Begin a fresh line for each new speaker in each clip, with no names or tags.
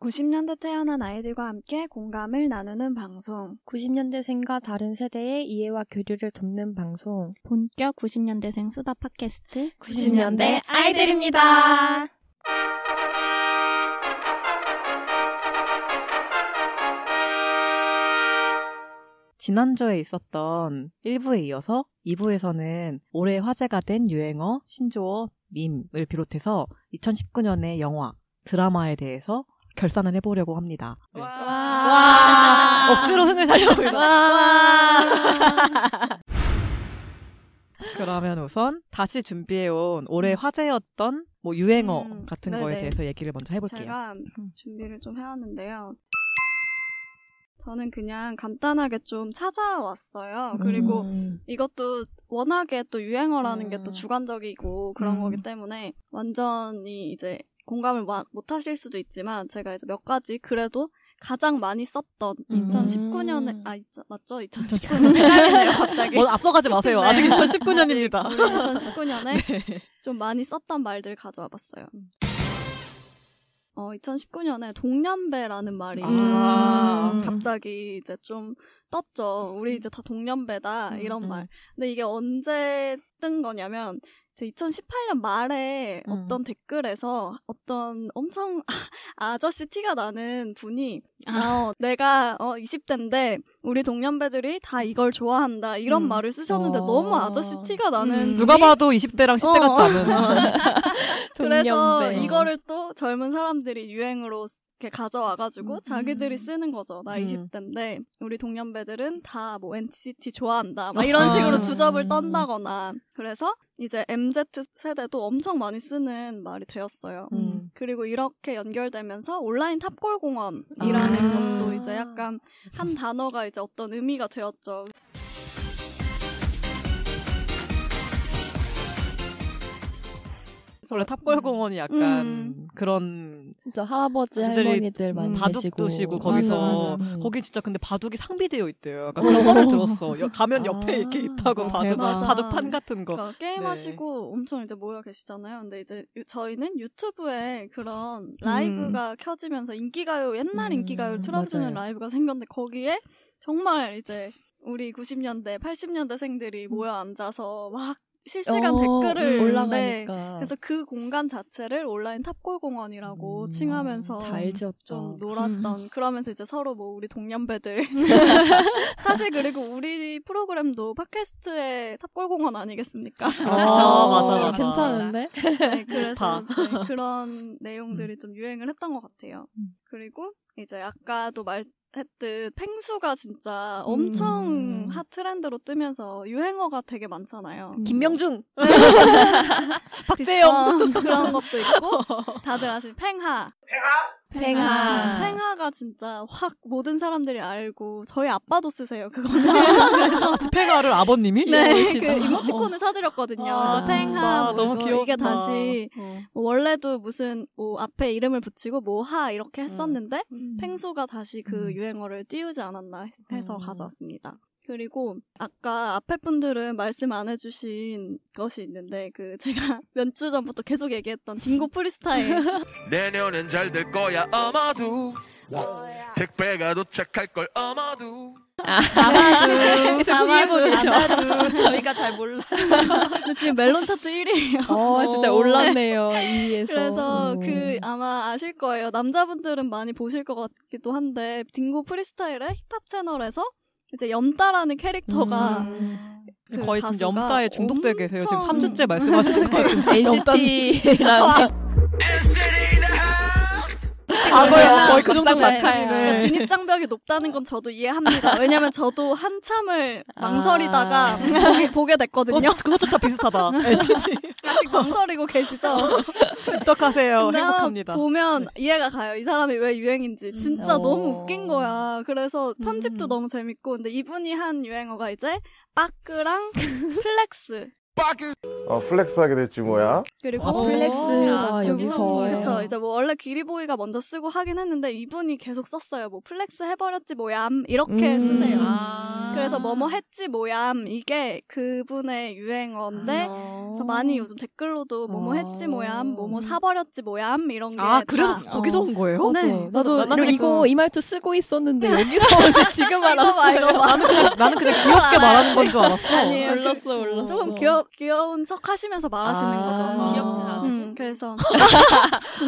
90년대 태어난 아이들과 함께 공감을 나누는 방송.
90년대생과 다른 세대의 이해와 교류를 돕는 방송.
본격 90년대생 수다 팟캐스트
90년대 아이들입니다.
지난주에 있었던 1부에 이어서 2부에서는 올해 화제가 된 유행어, 신조어, 밈을 비롯해서 2019년의 영화, 드라마에 대해서 결산을 해보려고 합니다. 네. 억지로 흥을 살려고 해요. 그러면 우선 다시 준비해온 올해 화제였던 뭐 유행어
음,
같은
네네.
거에 대해서 얘기를 먼저 해볼게요. 음.
제가 준비를 좀 해왔는데요. 저는 그냥 간단하게 좀 찾아왔어요. 그리고
음.
이것도 워낙에 또 유행어라는 게 또
음.
주관적이고 그런
음.
거기 때문에 완전히 이제 공감을 막 못하실 수도 있지만 제가 이제 몇 가지 그래도 가장 많이 썼던
음.
2019년에 아 있자- 맞죠 2019년 헷갈리네요 갑자기
뭐 앞서가지 마세요. 아직
네.
2019년입니다. 네.
아직 우리 2019년에 좀 많이 썼던 말들 가져와 봤어요. 어, 2019년에 동년배라는 말이
아.
음. 갑자기 이제 좀 떴죠. 우리 이제 다 동년배다 이런
음,
말. 근데 이게 언제 뜬 거냐면 제 2018년 말에
음.
어떤 댓글에서 어떤 엄청 아저씨 티가 나는 분이
아.
어, 내가 어, 20대인데 우리 동년배들이 다 이걸 좋아한다 이런
음.
말을 쓰셨는데
어.
너무 아저씨 티가 나는
음.
누가
분이
봐도 20대랑 10대 같지
어.
않은.
그래서
동년배.
이거를 또 젊은 사람들이 유행으로 이렇게 가져와가지고
음.
자기들이 쓰는 거죠. 나
음.
20대인데 우리 동년배들은 다 뭐 NCT 좋아한다. 막 이런 식으로
아.
주접을 떤다거나 그래서 이제 MZ 세대도 엄청 많이 쓰는 말이 되었어요.
음.
그리고 이렇게 연결되면서 온라인 탑골공원이라는
아.
것도 이제 약간 한 단어가 이제 어떤 의미가 되었죠.
원래 탑골공원이 약간
음.
그런
진짜 할아버지
아들이,
할머니들 많이
음,
계시고.
바둑도 쉬고 거기서
맞아, 음. 맞아.
거기 진짜 근데 바둑이 상비되어 있대요. 약간 그런 소리 들었어. 여- 가면
아,
옆에 이렇게 있다고
아,
바둑
대박.
바둑판 같은 거.
그러니까
네.
게임하시고 엄청 이제 모여 계시잖아요. 근데 이제 유- 저희는 유튜브에 그런 라이브가 켜지면서 인기가요, 옛날
음,
인기가요 틀어주는
맞아요.
라이브가 생겼는데 거기에 정말 이제 우리 90년대, 80년대생들이 모여 앉아서 막 실시간
음. 어,
댓글을
음,
네.
올라가니까.
그래서 그 공간 자체를 온라인 탑골공원이라고
음,
칭하면서
잘 지었죠.
좀 놀았던 그러면서 이제 서로 뭐 우리 동년배들 사실 그리고 우리 프로그램도 팟캐스트의 탑골공원 아니겠습니까?
아, 맞아,
어,
맞아.
괜찮은데?
네, 그래서
다.
네, 그런 내용들이 좀 유행을 했던 것 같아요.
음.
그리고 이제 아까도 말했듯 펭수가 진짜 엄청
음.
핫 트렌드로 뜨면서 유행어가 되게 많잖아요.
김명중,
네. 비슷한
박재영.
그런 것도 있고 다들 아시는 팽하
아.
팽하.
팽하가 진짜 확 모든 사람들이 알고 저희 아빠도 쓰세요 그거는
아, 집행아를 아버님이?
네, 그
이러시다.
이모티콘을 사드렸거든요.
아,
그래서
진짜
탱하, 뭐
너무
이거,
귀엽다.
이게 다시
어.
뭐 원래도 무슨 뭐 앞에 이름을 붙이고 뭐 하 이렇게 했었는데
음.
팽수가 다시 그
음.
유행어를 띄우지 않았나 해- 해서
음.
가져왔습니다. 그리고 아까 앞에 분들은 말씀 안 해주신 것이 있는데 그 제가 몇 주 전부터 계속 얘기했던 딩고 프리스타일
내년엔 잘 될 거야 아마도 택배가 도착할 걸 아마도
네.
그래서 후기해보 계셔.
저희가 잘 몰라.
근데 지금 멜론 차트 1위예요.
어, 진짜 올랐네요. 2위에서. 음.
그래서 그 아마 아실 거예요. 남자분들은 많이 보실 것 같기도 한데 딩고 프리스타일의 힙합 채널에서 이제 염따라는 캐릭터가
음.
그
거의 지금
가수가
염따에 중독돼 계세요. 지금
엄청- 음. 네.
3주째 말씀하시는 거 같은데.
NCT랑
과거에 거의 그 정도
급상마카야.
뭐
같은데.
진입 장벽이 높다는 건 저도 이해합니다. 왜냐면 저도 한참을 망설이다가
아.
보게, 보게 됐거든요.
어, 그것조차 비슷하다. LCD.
아직 망설이고 계시죠?
어떡하세요.
근데 아마
행복합니다.
보면 이해가 가요. 이 사람이 왜 유행인지 진짜
어.
너무 웃긴 거야. 그래서 편집도
음.
너무 재밌고 근데 이분이 한 유행어가 이제 빠끄랑 플렉스
빠그
어, 플렉스하게 됐지 뭐야.
그리고
어,
플렉스가
아,
여기서
여기서.
그렇죠. 이제 뭐 원래 기리보이가 먼저 쓰고 하긴 했는데 이분이 계속 썼어요. 뭐 플렉스 해버렸지 뭐얌 이렇게
음.
쓰세요.
아.
그래서 뭐뭐 했지 뭐얌 이게 그분의 유행어인데 네.
아. 음.
그래서 많이 요즘 댓글로도 뭐뭐
어.
했지 뭐얌 뭐뭐 사버렸지 뭐얌 이런 게
아, 그래서
다
거기서 온 거예요?
네.
나도
만나게
이거- 이거 이 말투 쓰고 있었는데 여기서 지금
아, 이거
알았어요.
봐, 이거 봐.
나는 그냥 귀엽게 말하는 건 줄 알았어.
아니에요.
올랐어, 올랐어.
조금 귀여, 귀여운 척 하시면서 말하시는
아.
거죠.
귀엽진 않아. 어.
음, 그래서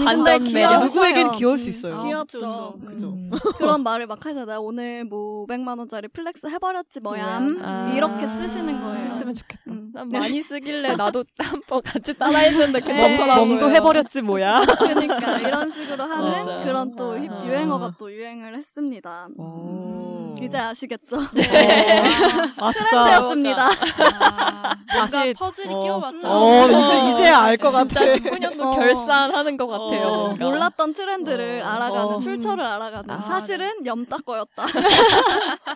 반전
네,
근데
매력.
귀여우셔요.
누구에겐 귀여울 수
음.
있어요.
아,
귀엽죠.
그죠,
음.
그죠.
음.
그런 말을 막 하잖아요. 나 오늘 뭐 500만 원짜리 플렉스 해버렸지 뭐얌
아.
이렇게 쓰시는 거예요.
했으면 좋겠다.
음.
난 많이 쓰길래 나도 한번 같이 따라했는데
네.
네.
음.
괜찮더라고요.
멍도 해버렸지 뭐야.
그러니까 이런 식으로 하는
맞아요.
그런 또 힙-
아.
유행어가 또 유행을 했습니다.
오.
이제 아시겠죠?
네.
아 진짜.
트렌드였습니다.
다시-
뭔가 퍼즐이
어.
끼워 맞춰.
어 이제 이제야 알 것 같아.
진짜 19년도
어.
결산하는 것 같아요.
어.
뭔가.
몰랐던 트렌드를
그러니까. 어.
알아가는
어.
출처를 알아가는
아,
사실은 염따꺼였다.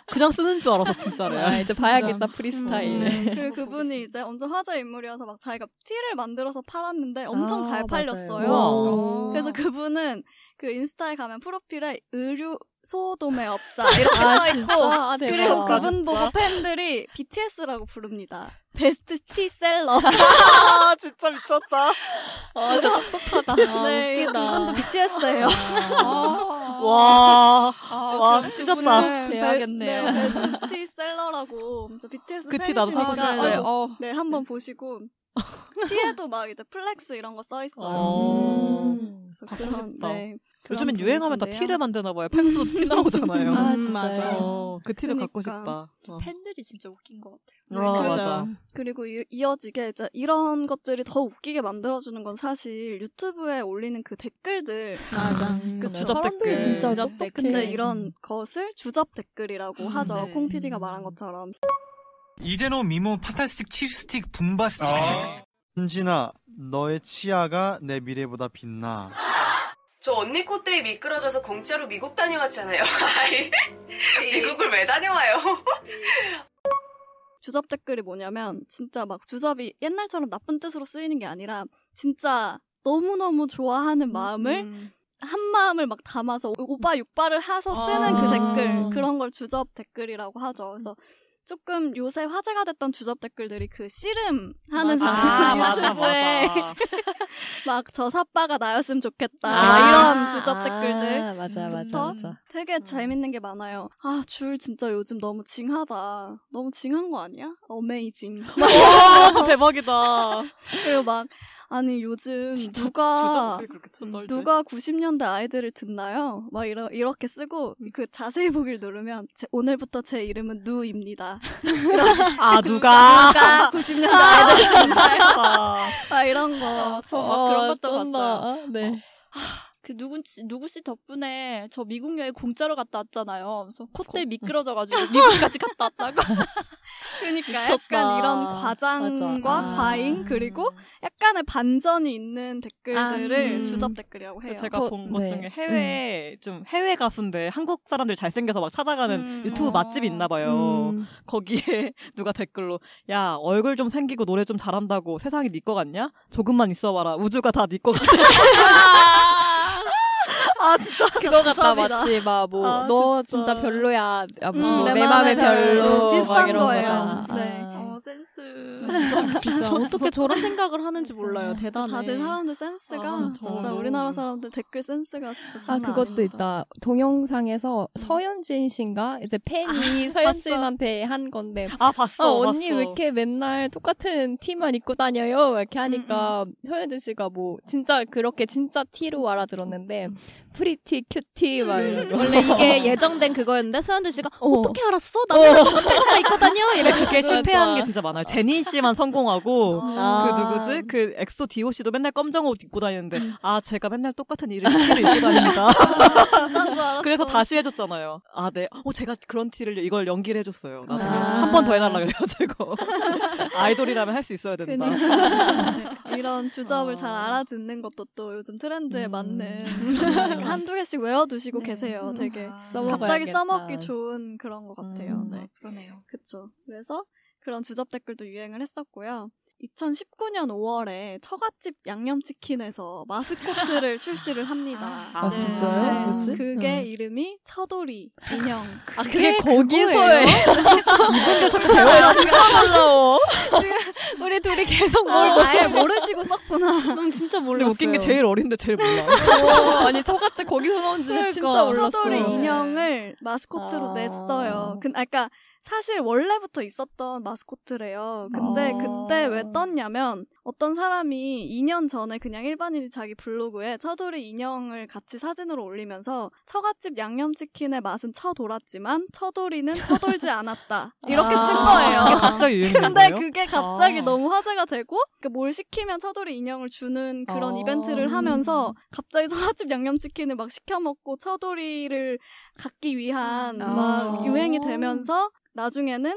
그냥 쓰는 줄 알아서 진짜래.
아, 이제 봐야겠다 프리스타일.
음.
네.
그리고 그분이 이제 엄청 화제 인물이어서 막 자기가 티를 만들어서 팔았는데 엄청
아,
잘 팔렸어요.
우와.
어.
그래서 그분은 그 인스타에 가면 프로필에 의류 소도매업자 이렇게
아,
써 있고
진짜? 아, 대박.
그리고 그분 보고 팬들이 BTS라고 부릅니다. 베스트 티셀러.
아 진짜 미쳤다.
아, 진짜 똑똑하다.
네,
웃기다. 아,
그분도 BTS예요. 어. 아,
와.
아,
와,
그럼
찢었다.
그분을 배워야겠네요.
베스트 셀러라고 저 BTS
그 티 나도 사고
팬이시니까
싶어요.
네,
어.
네, 한번 보시고 티에도 막 이제 플렉스 이런 거 써 있어요.
어.
음.
그래서
갖고
그런
싶다.
네. 그런
요즘엔 유행하면 다
분이신데요.
티를 만드나 봐요. 펭수도 티 나오잖아요.
아,
음,
진짜요?
어, 그 티를 갖고
그러니까.
싶다. 어.
팬들이 진짜 웃긴 것 같아요.
어,
그죠.
맞아.
그리고 이- 이어지게 이제 이런 것들이 더 웃기게 만들어 주는 건 사실 유튜브에 올리는 그 댓글들
맞아.
그 주접
사람들이
댓글.
진짜
네. 주접
똑똑해.
댓글. 네.
근데 이런 것을 주접 댓글이라고 하죠.
네.
콩 PD가 말한 것처럼
이제노 미모 파타스틱 칠스틱 붐바스틱
아.
은진아, 너의 치아가 내 미래보다 빛나.
저 언니 콧대에 미끄러져서 공짜로 미국 다녀왔잖아요. 아이, 미국을 왜 다녀와요?
주접 댓글이 뭐냐면 진짜 막 주접이 옛날처럼 나쁜 뜻으로 쓰이는 게 아니라 진짜 너무너무 좋아하는 마음을 한 마음을 막 담아서 오빠 육발을 하서 쓰는
아.
그 댓글 그런 걸 주접 댓글이라고 하죠. 그래서 조금 요새 화제가 됐던 주접 댓글들이 그 씨름 하는
맞아.
장면
아, 맞아,
유튜브에 막 저 사빠가 나였으면 좋겠다
아.
이런 주접 댓글들 음,
아, 맞아, 맞아,
부터?
맞아.
되게 재밌는 게 많아요. 아 줄 진짜 요즘 너무 징하다. 너무 징한 거 아니야? 어메이징.
와, 진짜 대박이다.
그리고 막 아니 요즘
주접
누가
댓글 그렇게 쓴다 이제.
누가 90년대 아이들을 듣나요? 막 이러, 이렇게 쓰고 그 자세히 보기를 누르면 제- 오늘부터 제 이름은 누입니다.
아 누가?
아, 90년대 아이들
아,
막 이런 거.
어, 저막 그런 것도
좀 더,
봤어요.
어, 네.
그 누군지 누구씨 덕분에 저 미국 여행 공짜로 갔다 왔잖아요. 그래서 콧대 미끄러져가지고 미국까지 갔다 왔다고.
그러니까
미쳤다.
약간 이런 과장과
맞아. 아.
과잉 그리고 약간의 반전이 있는 댓글들을
아, 음.
주접 댓글이라고 해요.
제가
저-
본 것
네.
중에 해외 좀 해외 가수인데 한국 사람들 잘생겨서 막 찾아가는
음,
유튜브
어.
맛집이 있나 봐요.
음.
거기에 누가 댓글로 야 얼굴 좀 생기고 노래 좀 잘한다고 세상이 네 거 같냐? 조금만 있어봐라 우주가 다 네 거 같아. 아 진짜
그거 같다,
주접이다.
마치 막 뭐,
아,
너
진짜.
진짜, 별로야. 아, 뭐,
음,
내,
내 마음에
맘에
별로.
별로.
비슷한
막 이런
거예요.
거다.
네.
아.
센스.
진짜 어떻게 저런 생각을 하는지 몰라요. 대단해.
아, 다들 사람들 센스가
아,
진짜,
진짜.
우리나라 사람들 댓글 센스가 진짜
아,
장난
그것도
아닙니다. 음.
있다. 동영상에서 서현진 씨인가? 이제
아,
팬이 서현진한테 한 건데,
아 봤어.
어, 언니
봤어.
왜 이렇게 맨날 똑같은 티만 입고 다녀요? 막 이렇게 하니까 서현진 씨가 뭐 진짜 그렇게 진짜 티로 알아들었는데 프리티 큐티 막 이러고
원래 이게 예정된 그거였는데 서현진 씨가
어.
어떻게 알았어? 나는 예. 똑같은 거 입고 다녀.
근데
이래.
그게
맞아,
실패한
맞아.
게 진짜 많아요. 제니 씨만 성공하고
아.
그 누구지? 그 엑소 디오 씨도 맨날 검정 옷 입고 다니는데
음.
아 제가 맨날 똑같은 이름 티를 입고 다닙니다. 그래서 다시 해줬잖아요. 아 네. 어 제가 그런 티를 이걸 연기를 해줬어요. 나중에
아.
한 번 더 해달라 그래가지고 아이돌이라면 할 수 있어야 된다.
그러니까 이런 주접을
어.
잘 알아듣는 것도 또 요즘 트렌드에
음.
맞는
음.
한두 개씩 외워두시고
네.
음.
계세요.
음.
되게
아,
아,
써먹어야겠다.
갑자기 써먹기 좋은 그런 것 같아요.
음.
네,
그러네요.
그쵸. 그래서 그런 주접 댓글도 유행을 했었고요. 2019년 5월에 처갓집 양념치킨에서 마스코트를 출시를 합니다.
아,
네.
진짜요?
네.
뭐지?
그게
음.
이름이 차돌이 인형.
아, 그게 거기서예요?
이분도 자꾸 배워요.
놀라워.
우리 둘이 계속 뭘 아예 모르시고 썼구나.
난 진짜 몰랐어요.
근데 웃긴 게 제일 어린데 제일 몰라.
아니 저같이 거기서 나온 줄 진짜
그러니까.
몰랐어. 네.
차돌이 인형을 마스코트로
아.
냈어요. 근, 아, 그러니까 사실 원래부터 있었던 마스코트래요. 근데
아.
그때 왜 떴냐면 어떤 사람이 2년 전에 그냥 일반인이 자기 블로그에 차돌이 인형을 같이 사진으로 올리면서 처갓집 양념치킨의 맛은 쳐돌았지만 처돌이는 쳐돌지 않았다. 이렇게 쓴
아.
거예요.
갑자기 유행인
근데
거예요?
그게 갑자기
아.
너무 화제가 되고 그러니까 뭘 시키면 차돌이 인형을 주는 그런
아.
이벤트를 하면서 갑자기 처갓집 양념치킨을 막 시켜 먹고 차돌이를 갖기 위한
아.
막 유행이 되면서 나중에는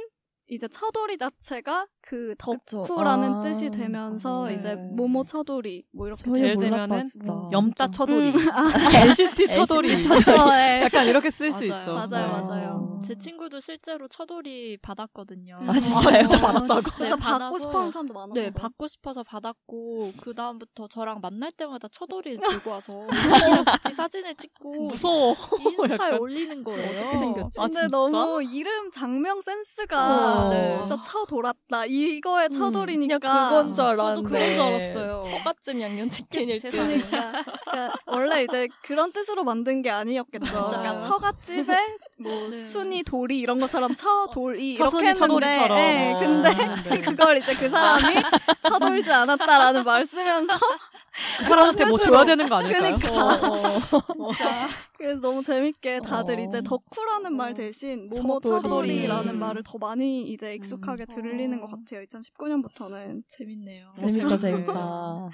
이제 차돌이 자체가 그
그쵸.
덕후라는
아.
뜻이 되면서
네.
이제 모모 차돌이 뭐 이렇게
전혀
예를
되고.
몰랐다,
들면은
진짜.
염따 쳐돌이.
음, 아,
NCT 쳐돌이.
어, 예.
약간 이렇게 쓸 수
맞아요.
있죠.
맞아요,
네.
어.
맞아요.
제 친구도 실제로 처돌이 받았거든요. 네,
아, 진짜요? 진짜
받았다고?
진짜 받고 싶어 하는 사람도 많았어.
네, 받고 싶어서 받았고 그 다음부터 저랑 만날 때마다 처돌이 들고 와서 같이 사진을 찍고
무서워.
인스타에
약간.
올리는 거예요.
어떻게 생겼지?
아,
근데
진짜?
너무 이름 장명 센스가
어,
네.
진짜 차 돌았다. 이거에 차
음.
돌이니까.
그냥 그건 줄
저도
알았는데.
그건 줄 알았어요.
처갓집 양념치킨일 줄.
세상에.
그러니까, 그러니까 원래 이제 그런 뜻으로 만든 게 아니었겠죠.
맞아요.
그러니까 처갓집에
뭐
순이 돌이 이런 것처럼 처돌이 이렇게
처순이
했는데,
네. 어, 처돌이처럼.
예,
어.
근데 그걸 이제 그 사람이 처돌지 않았다라는 말 쓰면서
그 사람한테 뭐 줘야 되는 거 아닐까요?
그러니까 진짜 그래서 너무 재밌게 다들
어.
이제 덕후라는 말 대신 모모
처돌이.
처돌이라는
음.
말을 더 많이 이제 익숙하게 들리는 것 같아요. 2019년부터는
재밌네요.
그렇죠.
재밌다 재밌다.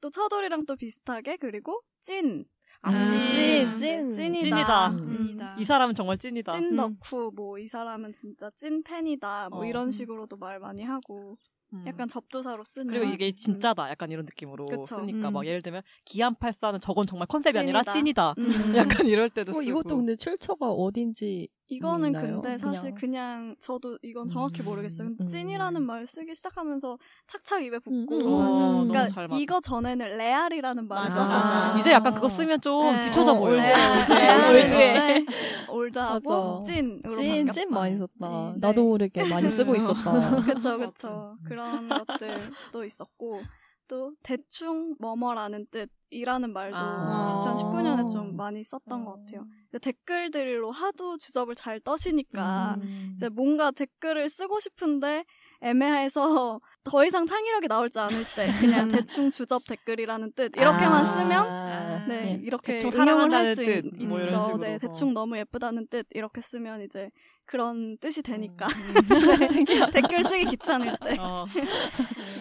또 처돌이랑 또 비슷하게 그리고 찐
아,
음. 찐,
찐,
찐.
찐이다.
찐이다.
음.
찐이다.
이 사람은 정말 찐이다.
찐 덕후 뭐 이 사람은 진짜 찐 팬이다 뭐
어.
이런 식으로도 말 많이 하고
음.
약간 접두사로 쓰는
그리고 이게 진짜다 약간 이런 느낌으로
그쵸.
쓰니까
음.
막 예를 들면 기안팔사는 저건 정말 컨셉이 아니라
찐이다.
찐이다
음.
약간 이럴 때도
어,
쓰고
이것도 근데 출처가 어딘지
이거는
있나요?
근데 사실 그냥 저도 이건 정확히
음,
모르겠어요. 근데
음.
찐이라는 말 쓰기 시작하면서 착착 입에
음,
붙고
음,
어,
맞아.
너무
그러니까
잘 맞아.
이거 전에는 레알이라는 말을
맞아.
썼었잖아요.
이제 약간 그거 쓰면 좀
네.
뒤쳐져
어,
보여
올드해,
레알,
올드해.
레알, 올드하고
맞아.
찐으로
찐,
바뀌었다.
찐 많이 썼다.
찐,
나도
네.
모르게 많이 쓰고 있었다.
그쵸 그쵸 그런 것들도 있었고 또 대충 뭐뭐라는 뜻이라는 말도
아.
2019년에 좀 많이 썼던 것 같아요.
음.
근데 댓글들로 하도 주접을 잘 떠시니까
음.
이제 뭔가 댓글을 쓰고 싶은데 애매해서 더 이상 창의력이 나올지 않을 때 그냥 대충 주접 댓글이라는 뜻 이렇게만
아.
쓰면
네.
네 이렇게
대충
응용을
사랑한다는
할수 있죠.
뜻, 뭐 이런 식으로.
네 대충 너무 예쁘다는 뜻 이렇게 쓰면 이제 그런 뜻이 되니까 댓글 쓰기 귀찮을 때
음. 어,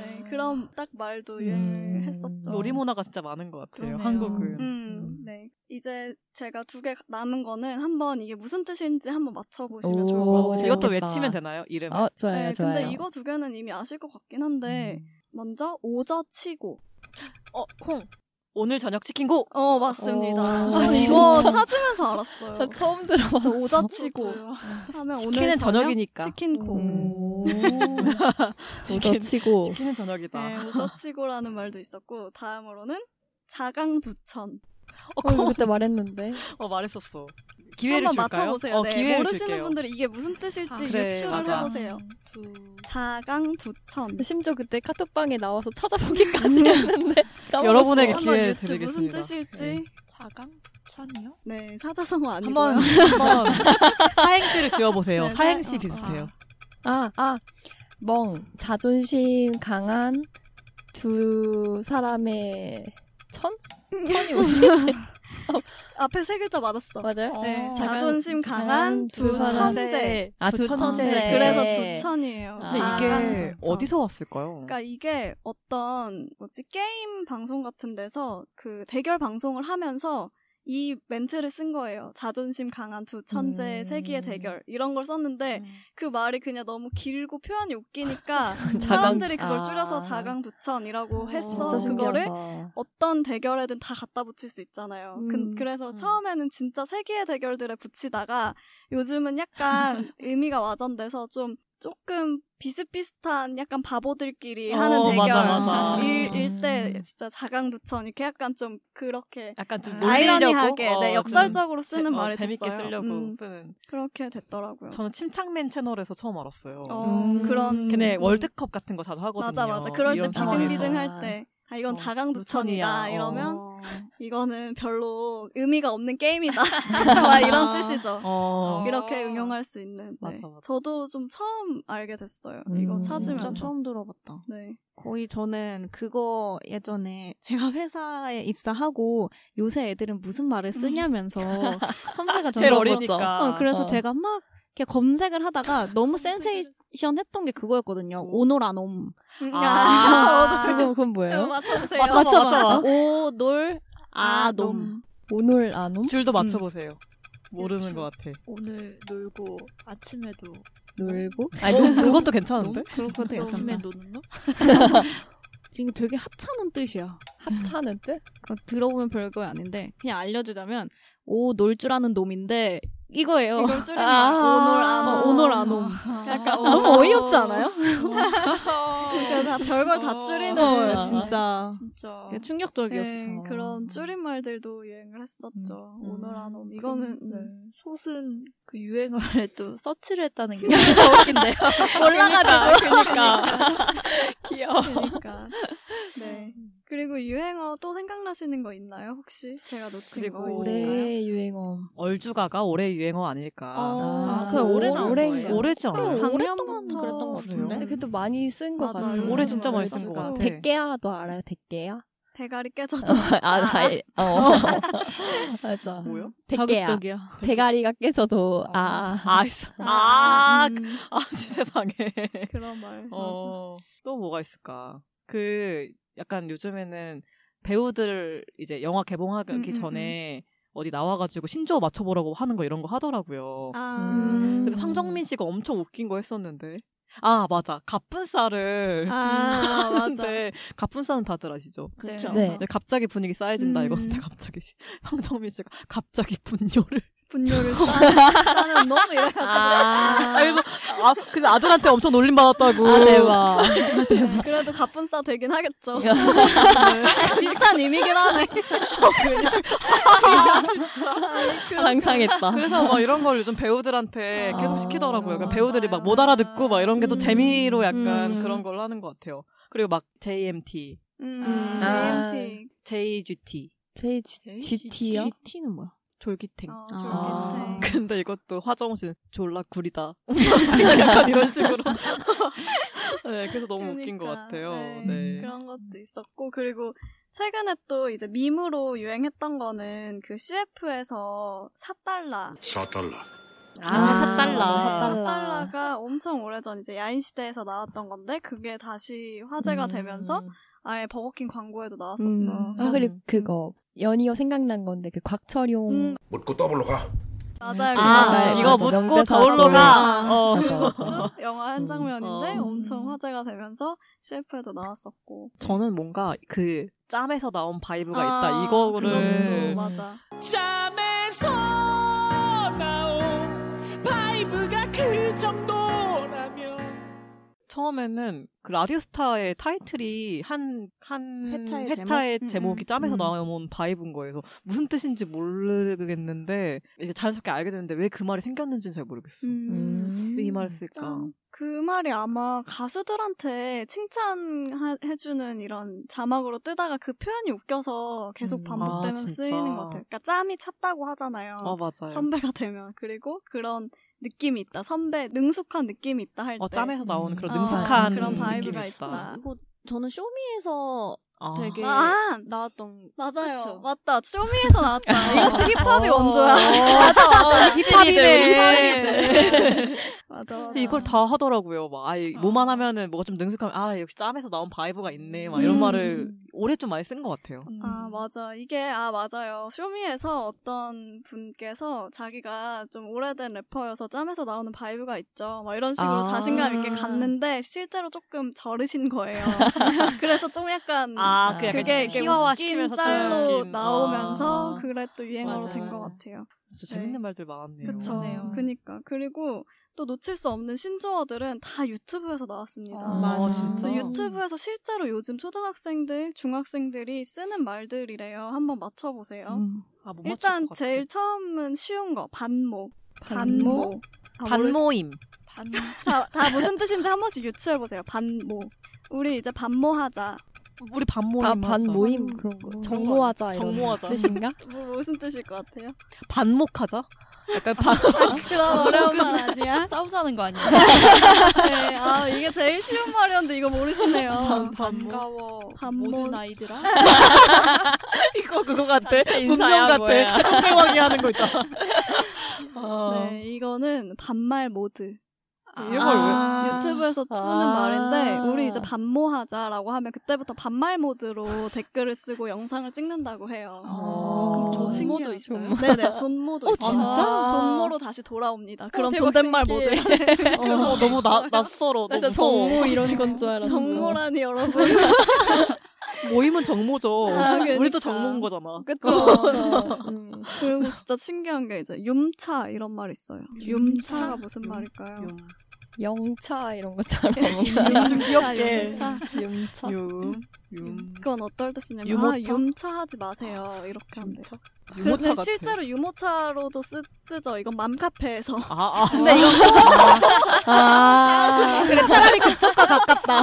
네, 그럼 딱 말도 유행을
음.
했었죠.
놀이문화가 진짜 많은 것 같아요
그러네요.
한국은
음, 네. 이제 제가 두 개 남은 거는 한번 이게 무슨 뜻인지 한번 맞춰보시면
오.
좋을 것
어,
같아요.
이것도
재밌다.
외치면 되나요 음. 이름
어, 좋아요,
네,
좋아요.
근데 이거 두 개는 이미 아실 것 같긴 한데 먼저 오저치고.
어콩 오늘 저녁 치킨고
어 맞습니다.
오.
저
아,
이거
진짜?
찾으면서 알았어요.
나 처음 들어봤어.
오저치고 하면
아, 치킨은
오늘 저녁
저녁이니까. 음.
치킨고.
오. 음.
치킨.
오저치고.
치킨은 저녁이다
네, 오저치고라는 말도 있었고 다음으로는 자강두천.
어, 이거 그때 말했는데.
어 말했었어 기회를
네. 한번
줄까요?
맞춰보세요.
어,
네,
기회를
모르시는
줄게요
분들이 이게 무슨 뜻일지
아,
그래,
유추를
맞아. 네,
해보세요.
음, 두
자강두천.
심지어 그때 카톡방에 나와서 찾아보기까지 했는데. 까먹었어.
여러분에게
한번
기회
유추 무슨
드리겠습니다
뜻일지
자강 천이요?
네 사자성어 아니고요.
한번 한번 사행시를 지어보세요
네,
사행시
사-
비슷해요
아, 아. 멍. 자존심 강한 두 사람의 천? 천이 뭐지?
앞에 세 글자 맞았어.
맞아요?
네,
어,
자존심 강한 두
두 사람.
천재.
아, 두 천재.
그래서
네.
두천이에요.
아.
근데 이게
자강두천.
어디서 왔을까요?
그러니까 이게 어떤 뭐지 게임 방송 같은 데서 그 대결 방송을 하면서 이 멘트를 쓴 거예요. 자존심 강한 두 천재의
음.
세기의 대결 이런 걸 썼는데 그 말이 그냥 너무 길고 표현이 웃기니까
자강-
사람들이 그걸
아.
줄여서 자강두천이라고 했어.
진짜
그거를
신기하다.
어떤 대결에든 다 갖다 붙일 수 있잖아요. 근,
음.
그래서 처음에는 진짜 세계의 대결들에 붙이다가 요즘은 약간 의미가 와전돼서 좀 조금 비슷비슷한 약간 바보들끼리
어,
하는 대결
맞아, 음. 맞아.
일, 일때 진짜 자강두천 이렇게 약간 좀 그렇게
약간 좀
아이러니하게
놀리려고,
네,
어,
역설적으로 쓰는
좀 재- 어,
말을
재밌게
썼어요.
쓰려고
음,
쓰는.
그렇게 됐더라고요.
저는 침착맨 채널에서 처음 알았어요.
어,
음.
그런
걔네 월드컵 같은 거 자주 하거든요.
맞아 맞아. 그럴 때
이런
비등비등
상황에서.
할 때. 아 이건
어,
자강두천이다
두천이야.
이러면
어,
이거는 별로 의미가 없는 게임이다 막 이런 뜻이죠.
어.
이렇게
아.
응용할 수 있는. 네.
맞아, 맞아.
저도 좀 처음 알게 됐어요. 이거
음,
찾으면서.
진짜
처음 들어봤다.
네.
거의 저는 그거 예전에 제가 회사에 입사하고 요새 애들은 무슨 말을 쓰냐면서 선배가
제일
저보고
그러니까.
어리니까.
어, 그래서
어.
제가 막 이렇게 검색을 하다가 너무 센세이션 했던 게 그거였거든요. 오노라놈.
음,
아, 그건, 그건 뭐예요?
맞춰보세요.
맞춰봐, 맞춰봐.
오놀 아놈.
오늘 안 옴?
음.
줄도 맞춰보세요. 모르는
줄.
것 같아.
오늘 놀고 아침에도
놀고?
아니,
음.
너, 그것도 괜찮은데?
그렇고 되게
아침에
괜찮다.
노는 거?
지금 되게 하찮은 뜻이야.
하찮은 뜻?
그거 들어보면 별거 아닌데 그냥 알려주자면 오 놀 줄 아는 놈인데 이거예요.
이걸 줄이면
아.
아,
어,
오놀
오놀
안
아놈.
약간
너무 어이없지 않아요?
그러니까 다 별걸 다 줄이는
아.
어, 진짜
진짜.
되게 충격적이었어.
네, 그런 줄임말들도 유행을 했었죠.
음.
어, 오늘 안 옴. 이거는 음.
네. 솥은 그 유행어를 또 서치를 했다는 게 너무 웃긴데요.
올라가지고 그러니까.
귀여워. 음.
그러니까 네 그리고 유행어 또 생각나시는 거 있나요 혹시 제가 놓친 거
그리고-
있을까요?
올해 네, 유행어.
얼주가가 올해 유행어 아닐까.
어,
아,
그거 올해 나온
올해인가?
거예요?
올해지 않아요?
작년부터
오랫동안 그랬던 것
같은데?
근데 그래도 많이 쓴 것
맞아요.
같아요.
올해 진짜 많이 쓴것
그러니까
같아.
대깨야, 너 알아요? 대깨야?
대가리 깨져도
아,
예.
아, 어. 맞아.
뭐요?
대깨야. 대가리가 깨져도, 아.
아, 있어. 아,
그
아, 세상에.
음. 그런 말
어, 또 뭐가 있을까? 그, 약간 요즘에는 배우들 이제 영화 개봉하기
음, 음,
전에 어디 나와가지고 신조어 맞춰보라고 하는 거 이런 거 하더라고요.
맞아. 아
음.
그래서 황정민 씨가 엄청 웃긴 거 했었는데. 아, 맞아. 갑분싸를.
아, 맞아.
근데 갑분싸는 다들 아시죠?
그렇죠.
네.
근데 갑자기 분위기 쌓여진다
음.
이건데 갑자기 황정민 씨가 갑자기 분뇨를
분뇨를 나는 너무
아,
이래가지고
아, 그래서 아 근데 아들한테 엄청 놀림 받았다고
아, 대박.
네, 그래도 갑분싸 되긴 하겠죠.
네.
네.
비슷한 의미긴 하네.
상상했다.
아, 그래서 막 이런 걸 요즘 배우들한테
아.
계속 시키더라고요. 그러니까
맞아요.
배우들이 막 못 알아듣고 막 이런 게 또
음.
재미로 약간
음.
그런 걸 하는 것 같아요. 그리고 막 JMT,
음,
아.
JMT.
JGT,
제 GT요?
GT는 뭐야?
졸기탱.
어,
아.
졸깃해.
근데 이것도 화정우 씨는 졸라 구리다. 약간 이런 식으로. 네, 그래서 너무 웃긴 것
그러니까,
같아요.
네,
네.
그런 것도 있었고 그리고 최근에 또 이제 밈으로 유행했던 거는 그 CF에서 4달러
4달러
아, 삿달라.
삿달라.
4달러가 엄청 오래전 이제 야인 시대에서 나왔던 건데 그게 다시 화제가 되면서 아예 버거킹 광고에도 나왔었죠.
음. 아, 그리고 그거. 연이어 생각난 건데, 그 곽철용.
음,
묻고 더블로 가
맞아요.
아,
그거.
이거
맞아,
묻고
명대사
더울로 가.
하고.
어.
맞아, 맞아.
그것도 영화 한 장면인데
어.
엄청 화제가 되면서 CF에도 나왔었고
저는 뭔가 그 짬에서 나온 바이브가 있다.
아,
이거를
그것도
음.
맞아.
잠에서 나온 바이브가 그 정도라면
처음에는 그 라디오스타의 타이틀이 한, 한
회차의
제목?
제목? 이 짬에서
음.
나온 바이브인 거에서 무슨 뜻인지 모르겠는데 이제 자연스럽게 알게 됐는데 왜 그 말이 생겼는지는 잘 모르겠어.
음,
음.
왜 음. 이 말을 쓸까?
짠. 그 말이 아마 가수들한테 칭찬해주는 이런 자막으로 뜨다가 그 표현이 웃겨서 계속
음.
아,
반복되면서
진짜.
쓰이는 것 같아요. 그러니까 짬이 찼다고 하잖아요.
어, 맞아요.
선배가 되면. 그리고 그런 느낌이 있다. 선배, 능숙한 느낌이 있다 할 때.
어, 짬에서 나오는 그런
어,
능숙한
그런
느낌이
바이브가
있다.
있다.
이거 저는 쇼미에서
아.
되게
아,
나왔던
맞아요.
그쵸?
맞다. 쇼미에서 나왔다. 이것도
어.
힙합이 원조야.
맞아, 맞아.
힙합이네.
힙합이네.
맞아. 맞아.
근데 이걸 다 하더라고요. 막, 아이, 뭐만 하면은 뭐가 좀 능숙하면, 아, 역시 짬에서 나온 바이브가 있네. 막 이런
음.
말을 올해 좀 많이 쓴 것 같아요.
음.
아, 맞아. 이게, 아, 맞아요. 쇼미에서 어떤 분께서 자기가 좀 오래된 래퍼여서 짬에서 나오는 바이브가 있죠. 막 이런 식으로
아.
자신감 있게 갔는데 실제로 조금 저르신 거예요. 그래서 좀 약간
아,
그 약간
그게 이게 웃긴 짤로 나오면서
아.
그래 또 유행어로
맞아,
된 것
맞아.
같아요.
진짜 재밌는 말들 많았네요.
그쵸.
그러네요.
그니까. 그리고 또 놓칠 수 없는 신조어들은 다 유튜브에서 나왔습니다.
어,
아, 맞아. 진짜?
그래서 유튜브에서 실제로 요즘 초등학생들, 중학생들이 쓰는 말들이래요. 한번 맞춰보세요.
아, 못 맞출
일단
것 같아.
제일 처음은 쉬운 거, 반모.
반모?
아,
반모임.
반... 다, 다 무슨 뜻인지 한 번씩 유추해보세요. 반모. 우리 이제 반모하자.
우리 반모임.
아, 반 모임 그런 거. 정모하자 이런
정모하자.
뜻인가?
뭐, 무슨 뜻일 것 같아요?
반목하자? 약간 반.
그런 어려운 말 아니야?
싸움 사는 거 아니야?
네, 아, 이게 제일 쉬운 말이었는데 이거 모르시네요.
반가워
반모.
모든 아이들아.
이거 그거 같아. 분명
인사야,
같아.
뭐야.
분명하게 하는 거 있잖아. 어.
네, 이거는 반말 모드.
이런 걸 왜?
유튜브에서 쓰는
아.
말인데 우리 이제 반모하자라고 하면 그때부터 반말 모드로 댓글을 쓰고 영상을 찍는다고 해요.
아,
어.
어,
존모도
신기하죠.
있어요.
네네, 존모도 있어요. 아.
진짜? 어,
존모로 다시 돌아옵니다. 그럼
대박,
존댓말 모드.
신기해.
어, 너무 나, 낯설어.
진짜
너무 무서워.
정모 이런 건 줄 알았어.
정모라니 여러분. 그
모임은 정모죠.
아,
우리도
그러니까.
정모인 거잖아.
그쵸. 음.
그리고 진짜 신기한 게 이제 윰차 이런 말 있어요. 윰차가 무슨
윰.
말일까요?
영차 이런 것처럼.
좀 귀엽게.
윰차.
영차.
윰, 윰.
그건 어떨 때 쓰냐면 아,
유모차?
윰차 하지 마세요. 이렇게 하면 돼요. 그,
유모차
근데
같아.
실제로 유모차로도 쓰, 쓰죠. 이건 맘카페에서.
아, 아.
근데 이건
아. 그래
그러니까
차라리 그쪽과 가깝다.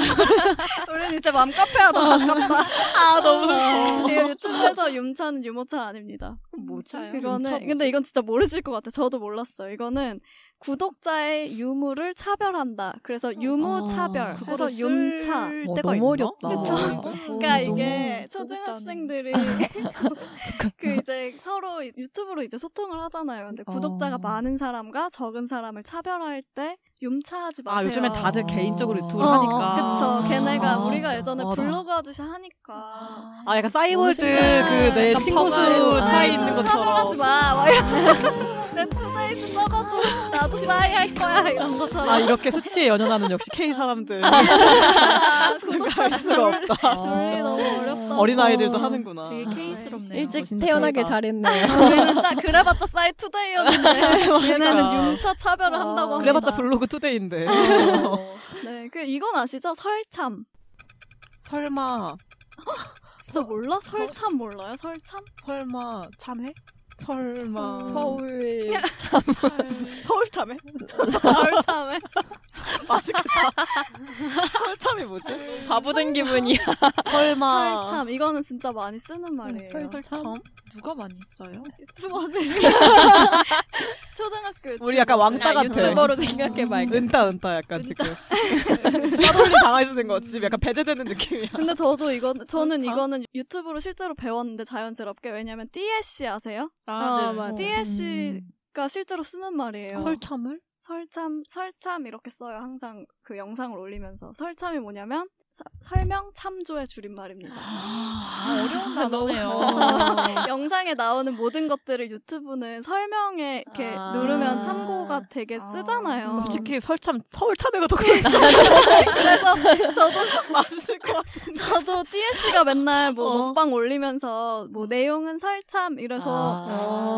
우리는 이제 맘카페 하다 가깝다.
아, 너무 무서워.
예, 유튜브에서 윰차는 유모차 아닙니다.
뭐지?
그거는 근데 이건 진짜 모르실 것 같아. 요 저도 몰랐어요. 이거는 구독자의 유무를 차별한다. 그래서 유무
아,
차별. 그래서
그거를
윰차.
쓸 음,
어,
때가
너무
있나?
어렵다.
그쵸? 그러니까 이게 초등학생들이
아.
그 이제 서로 유튜브로 이제 소통을 하잖아요. 근데 구독자가
어.
많은 사람과 적은 사람을 차별할 때 윰차하지 마세요.
아, 요즘엔 다들 개인적으로 유튜브를
어,
하니까.
그쵸. 걔네가
아,
우리가
진짜.
예전에
어, 나-
블로그 하듯이 하니까.
아, 약간 싸이월드
신기하다.
그 내
약간
아,
친구 수
버거운
차이
차이
있는
있는
것처럼.
차별하지 마. 막 이러면서 내 투데이스 썩어도 나도 싸이 할 거야. 이런 것처럼.
아, 이렇게 수치에 연연하는 역시 K 사람들.
아,
생각할 수가 없다.
둘이 너무 어렵다.
어린아이들도 하는구나.
되게 케이스럽네요.
일찍
진짜
태어나길
쩔다.
잘했네요.
우리는 싸, 그래봤자 싸이 투데이였는데
그러니까.
얘네는 융차 차별을
아,
한다고 합니다.
그래봤자 블로그 투데이인데.
네, 그 이건 아시죠? 설참.
설마,
진짜 몰라? 설참 몰라요? 설참?
설마, 참해? 설마.
서울
서울 참해?
설참에?
맛있겠다. 서울 참이 뭐지?
바보된 기분이야.
설마.
설참. 이거는 진짜 많이 쓰는 말이에요.
음, 설참.
아, 네.
누가 많이 써요?
두 번째. 초등학교
우리 약간 왕따
야,
같아.
유튜버로 생각해 말고.
은따 은따 약간 지금 따돌림 당해서 된것 같아. 지금 약간 배제되는 느낌이야.
근데 저도 이거 저는
설참?
이거는 유튜브로 실제로 배웠는데 자연스럽게 왜냐면 띠에씨 아세요?
아, 맞아.
띠에씨가 실제로 쓰는 말이에요.
설참을?
설참, 설참 이렇게 써요. 항상 그 영상을 올리면서. 설참이 뭐냐면 사- 설명 참조의 줄임말입니다.
뭐
어려운 단어네요.
영상에 나오는 모든 것들을 유튜브는 설명에 이렇게
아.
누르면 참고가 되게 쓰잖아요.
솔직히 설참 서울 참외가 더 그렇지.
그래서
저도 맞을 것 같아.
저도 띠에씨가 맨날 뭐
어.
먹방 올리면서 뭐 내용은 설참 이래서
아.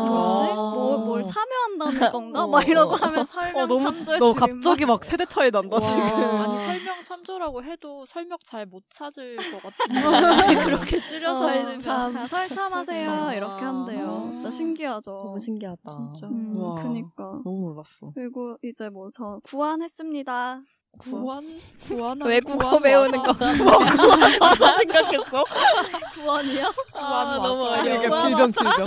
뭐지? 뭘, 뭘 참여한다는 건가?
어,
막 이러고
어.
하면
어,
설명
너무
참조의
너
줄임말.
갑자기 막 세대 차이 난다
와.
지금.
아니 설명 참조라고 해도 설명 잘 못 찾을 것
아,
같은데 그렇게 줄여서
어,
쓰면
참.
다 설참하세요
설참.
이렇게 한대요.
아.
진짜 신기하죠.
너무 신기하다.
진짜
음,
우와.
그니까.
아, 너무 몰랐어.
그리고 이제 뭐 저 구안했습니다.
구한 구한
왜 국어 배우는 거 같아.
맞아 생각했어.
구안이요?
구한 와서.
너무
아니, 이게
어려워.
질병 질병.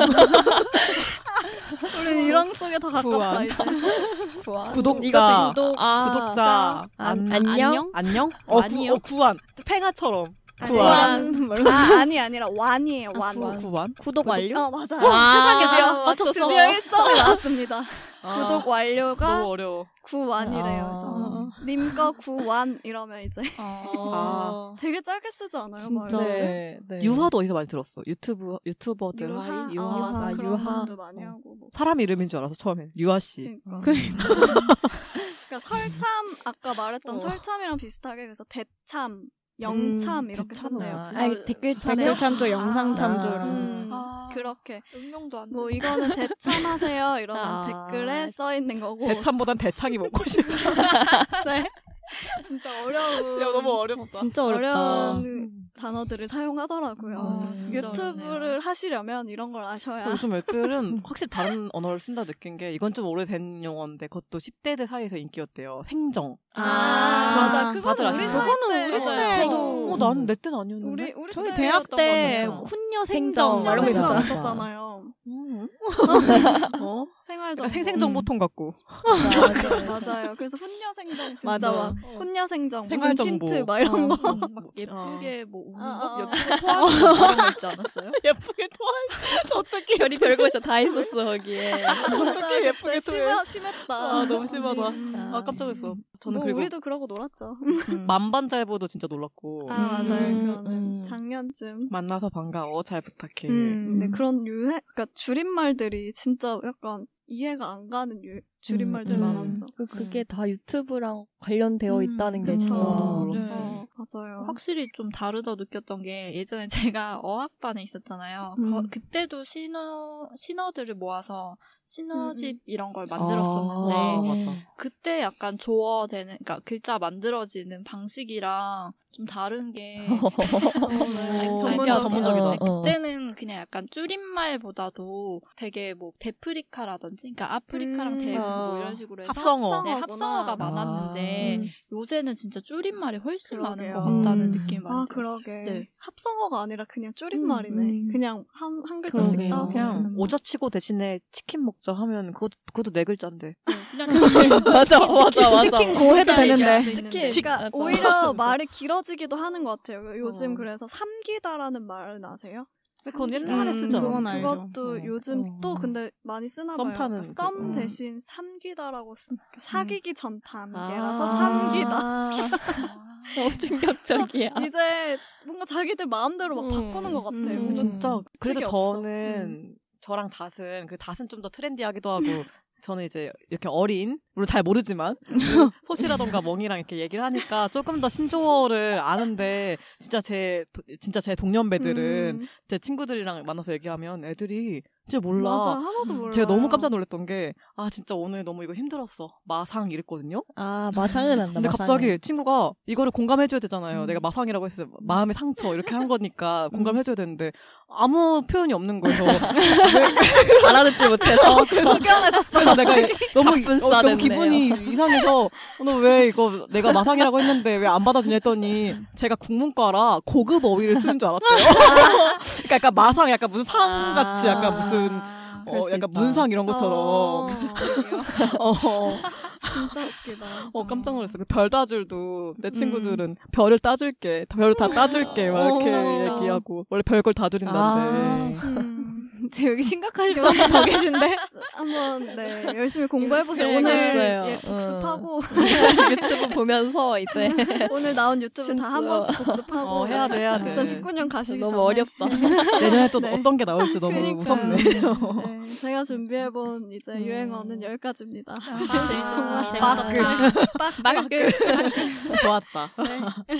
우리 이런 쪽에 더 가깝다
구안.
이제.
구한.
구독자.
이것도 구독. 아,
구독자 안,
안- 안녕.
안녕? 어, 구,
아니요.
어, 구안. 팽아처럼. 구안.
구한. 뭐라고?
아 아니 아니라 완이에요 완.
구안.
구안?
구독 완료?
어 맞아요.
와,
세상에 드디어
맞췄어.
드디어 1점이 나왔습니다.
아,
구독 완료가
너무 어려워.
구완이래요.
아.
그래서 님 거 구완 이러면 이제
아.
되게 짧게 쓰지 않아요?
진짜.
말을?
네. 네.
유화도 어디서 많이 들었어? 유튜브 유튜버들
유하.
하이 유화.
아, 맞아.
유하.
그런
유하.
것도 많이 하고 뭐.
사람 이름인 줄 알아서 처음엔 유아 씨.
그러니까. 그러니까 설참 아까 말했던
어.
설참이랑 비슷하게 그래서 대참, 영참
음,
이렇게
대참은
쓴대요.
아, 아니, 댓글
댓글
참조,
영상
참조.
음.
아,
그렇게
응용도 안
뭐 이거는 대참하세요 이런
아,
댓글에 써 있는 거고
어. 대참보단 대창이 먹고 싶다.
네. 진짜 어려운.
야, 너무 어렵다.
진짜 어렵다.
아,
음.
어려운 단어들을 사용하더라고요. 그래서 유튜브를 하시려면 이런 걸 아셔야.
요즘 애들은 확실히 다른 언어를 쓴다 느낀 게 이건 좀 오래된 용어인데 그것도 10대들 사이에서 인기였대요. 생정.
아, 맞아. 그거는
다들
우리
아시죠?
그거는 우리 때도.
뭐
어, 나는
음.
내 때는 아니었는데.
우리 우리
저희 대학 때 훈녀 생정 막 이런 거
생정
있었잖아.
있었잖아요.
음. 어?
생활정보.
생생정보통 같고.
맞아요. 맞아요. 그래서 훈녀생정 진짜
맞아.
막 훈녀생정 무슨
생활정보. 어.
틴트 막 이런 거.
어.
예쁘게 뭐 우는
아,
법
아.
예쁘게 토하는 법 이런 거 있지 않았어요?
예쁘게 토할 어떻게
별이 별거 음. 있어 다 있었어 거기에.
어떻게 예쁘게
네,
토해.
심하, 심했다. 음.
아, 너무 심하다. 아, 깜짝 놀랐어. 저는
뭐
그리고 음.
우리도 그러고 놀았죠.
만반잘보도 진짜 놀랐고.
아 맞아요.
음.
그거는 작년쯤.
만나서 반가워. 잘 부탁해.
음, 네, 그런 유해, 그러니까 줄임말들이 진짜 약간 이해가 안 가는 유, 줄임말들
음, 음.
많았죠.
그- 그게 다 유튜브랑 관련되어 있다는 게
그쵸.
진짜
네.
놀랐어요.
맞아요.
확실히 좀 다르다 느꼈던 게 예전에 제가 어학반에 있었잖아요.
음.
거- 그때도 신어 신어들을 모아서 신어집 이런 걸 만들었었는데
네.
아, 맞아.
그때 약간 조어되는 그러니까 글자 만들어지는 방식이랑 좀 다른 게
그렇죠.
음.
네.
어,
음, 전문적이다.
전문적이다. 어, 어.
그때는 그냥 약간 줄임말보다도 되게 뭐 데프리카라든지 그러니까 아프리카랑
음.
대뭐
아.
이런 식으로 해서
합성어.
네, 합성어가 많았는데
음.
요새는 진짜 줄임말이 훨씬 많은 것
그러게요.
같다는
음.
느낌이 많이
아,
들었어요.
그러게.
네.
합성어가 아니라 그냥 줄임말이네. 그냥 한, 한 글자씩
그러게요.
따서
음, 그냥
쓰는 거.
음. 오자치고 대신에 치킨 먹자 하면 그것도, 그것도 네 글자인데.
그냥 그냥
맞아 맞아 맞아.
치킨 고 해도
혼자 얘기할
되는데.
수 있는데.
그러니까 오히려 말이 길어지기도 하는 것 같아요. 요즘 그래서 삼기다라는 말은 아세요?
그건 옛날에
음,
쓰잖아.
그건 알죠.
그것도
어.
요즘
어.
또 근데 많이 쓰나
썸
봐요.
타는
그러니까 썸
그거.
대신 삼기다라고 쓰, 그러니까 사귀기 전 단계라서 삼기다.
아. 너무 충격적이야.
이제 뭔가 자기들 마음대로 막
음,
바꾸는 것 같아요.
음.
뭔가
진짜 그래도
특이 없어. 음.
저는 저랑 닷은 그 닷은 좀 더 트렌디하기도 하고 저는 이제 이렇게 어린 물론 잘 모르지만 뭐 소시라던가 멍이랑 이렇게 얘기를 하니까 조금 더 신조어를 아는데 진짜 제 도- 진짜 제 동년배들은
음.
제 친구들이랑 만나서 얘기하면 애들이 진짜
맞아
몰라.
하나도 몰라.
제가 너무 깜짝 놀랐던 게 아 진짜 오늘 너무 이거 힘들었어 마상 이랬거든요.
아 마상은 한다.
근데
마상은.
갑자기 친구가 이거를 공감해줘야 되잖아요.
음.
내가 마상이라고 했어요. 마음의 상처 이렇게 한 거니까 공감해줘야 되는데 아무 표현이 없는 거예요.
알아듣지 못해서
그래서 내가 너무, 이-
갑분
어, 너무
싸댔네요.
기분이 이상해서 어, 너 왜 이거 내가 마상이라고 했는데 왜 안 받아주냐 했더니 제가 국문과라 고급 어휘를 쓰는 줄
아.
알았대요. 그러니까 약간 마상 약간 무슨 상같이 약간 무슨
그럴 수
어, 약간
있다.
문상 이런 것처럼 어,
진짜 웃기다.
어, 깜짝 놀랐어. 그 별 따줄도 내 친구들은 별을 따줄게, 별 다 따줄게 막 이렇게
감사합니다.
얘기하고 원래 별걸 다 줄인다는데
음.
제 여기 심각하게
더 계신데 한번 네 열심히 공부해 보세요.
네,
오늘
그랬어요.
예, 복습하고
유튜브 보면서 이제
음. 오늘 나온 유튜브 다 한
진짜.
번씩 복습하고
어, 해야 돼, 해야 돼.
2019년 가시기
너무
전에.
어렵다.
내년에 또
네.
어떤 게 나올지 너무
그러니까요.
무섭네요.
네, 제가 준비해본 이제
음.
유행어는 여기까지입니다.
아,
아,
재밌었다.
좋았다.
네.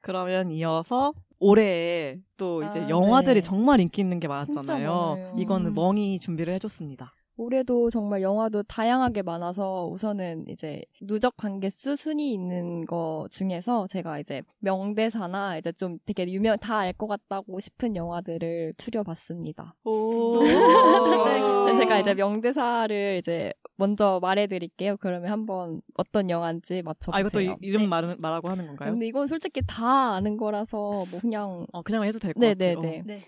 그러면 이어서 올해 또 이제
아,
영화들이
네.
정말 인기 있는 게
진짜
많았잖아요.
많아요.
이거는 멍이 준비를 해줬습니다.
올해도 정말 영화도 다양하게 많아서 우선은 이제 누적 관계수 순위 있는 거 중에서 제가 이제 명대사나 이제 좀 되게 유명 다 알 것 같다고 싶은 영화들을 추려봤습니다.
오.
기대,
근데
기대.
네,
어.
제가 이제 명대사를 이제 먼저 말해드릴게요. 그러면 한번 어떤 영화인지 맞춰보세요.
아, 이것도 이, 이름 말, 말하고 하는 건가요?
근데 이건 솔직히 다 아는 거라서 뭐 그냥
어, 그냥 해도 될 것
네네네.
같아요.
네.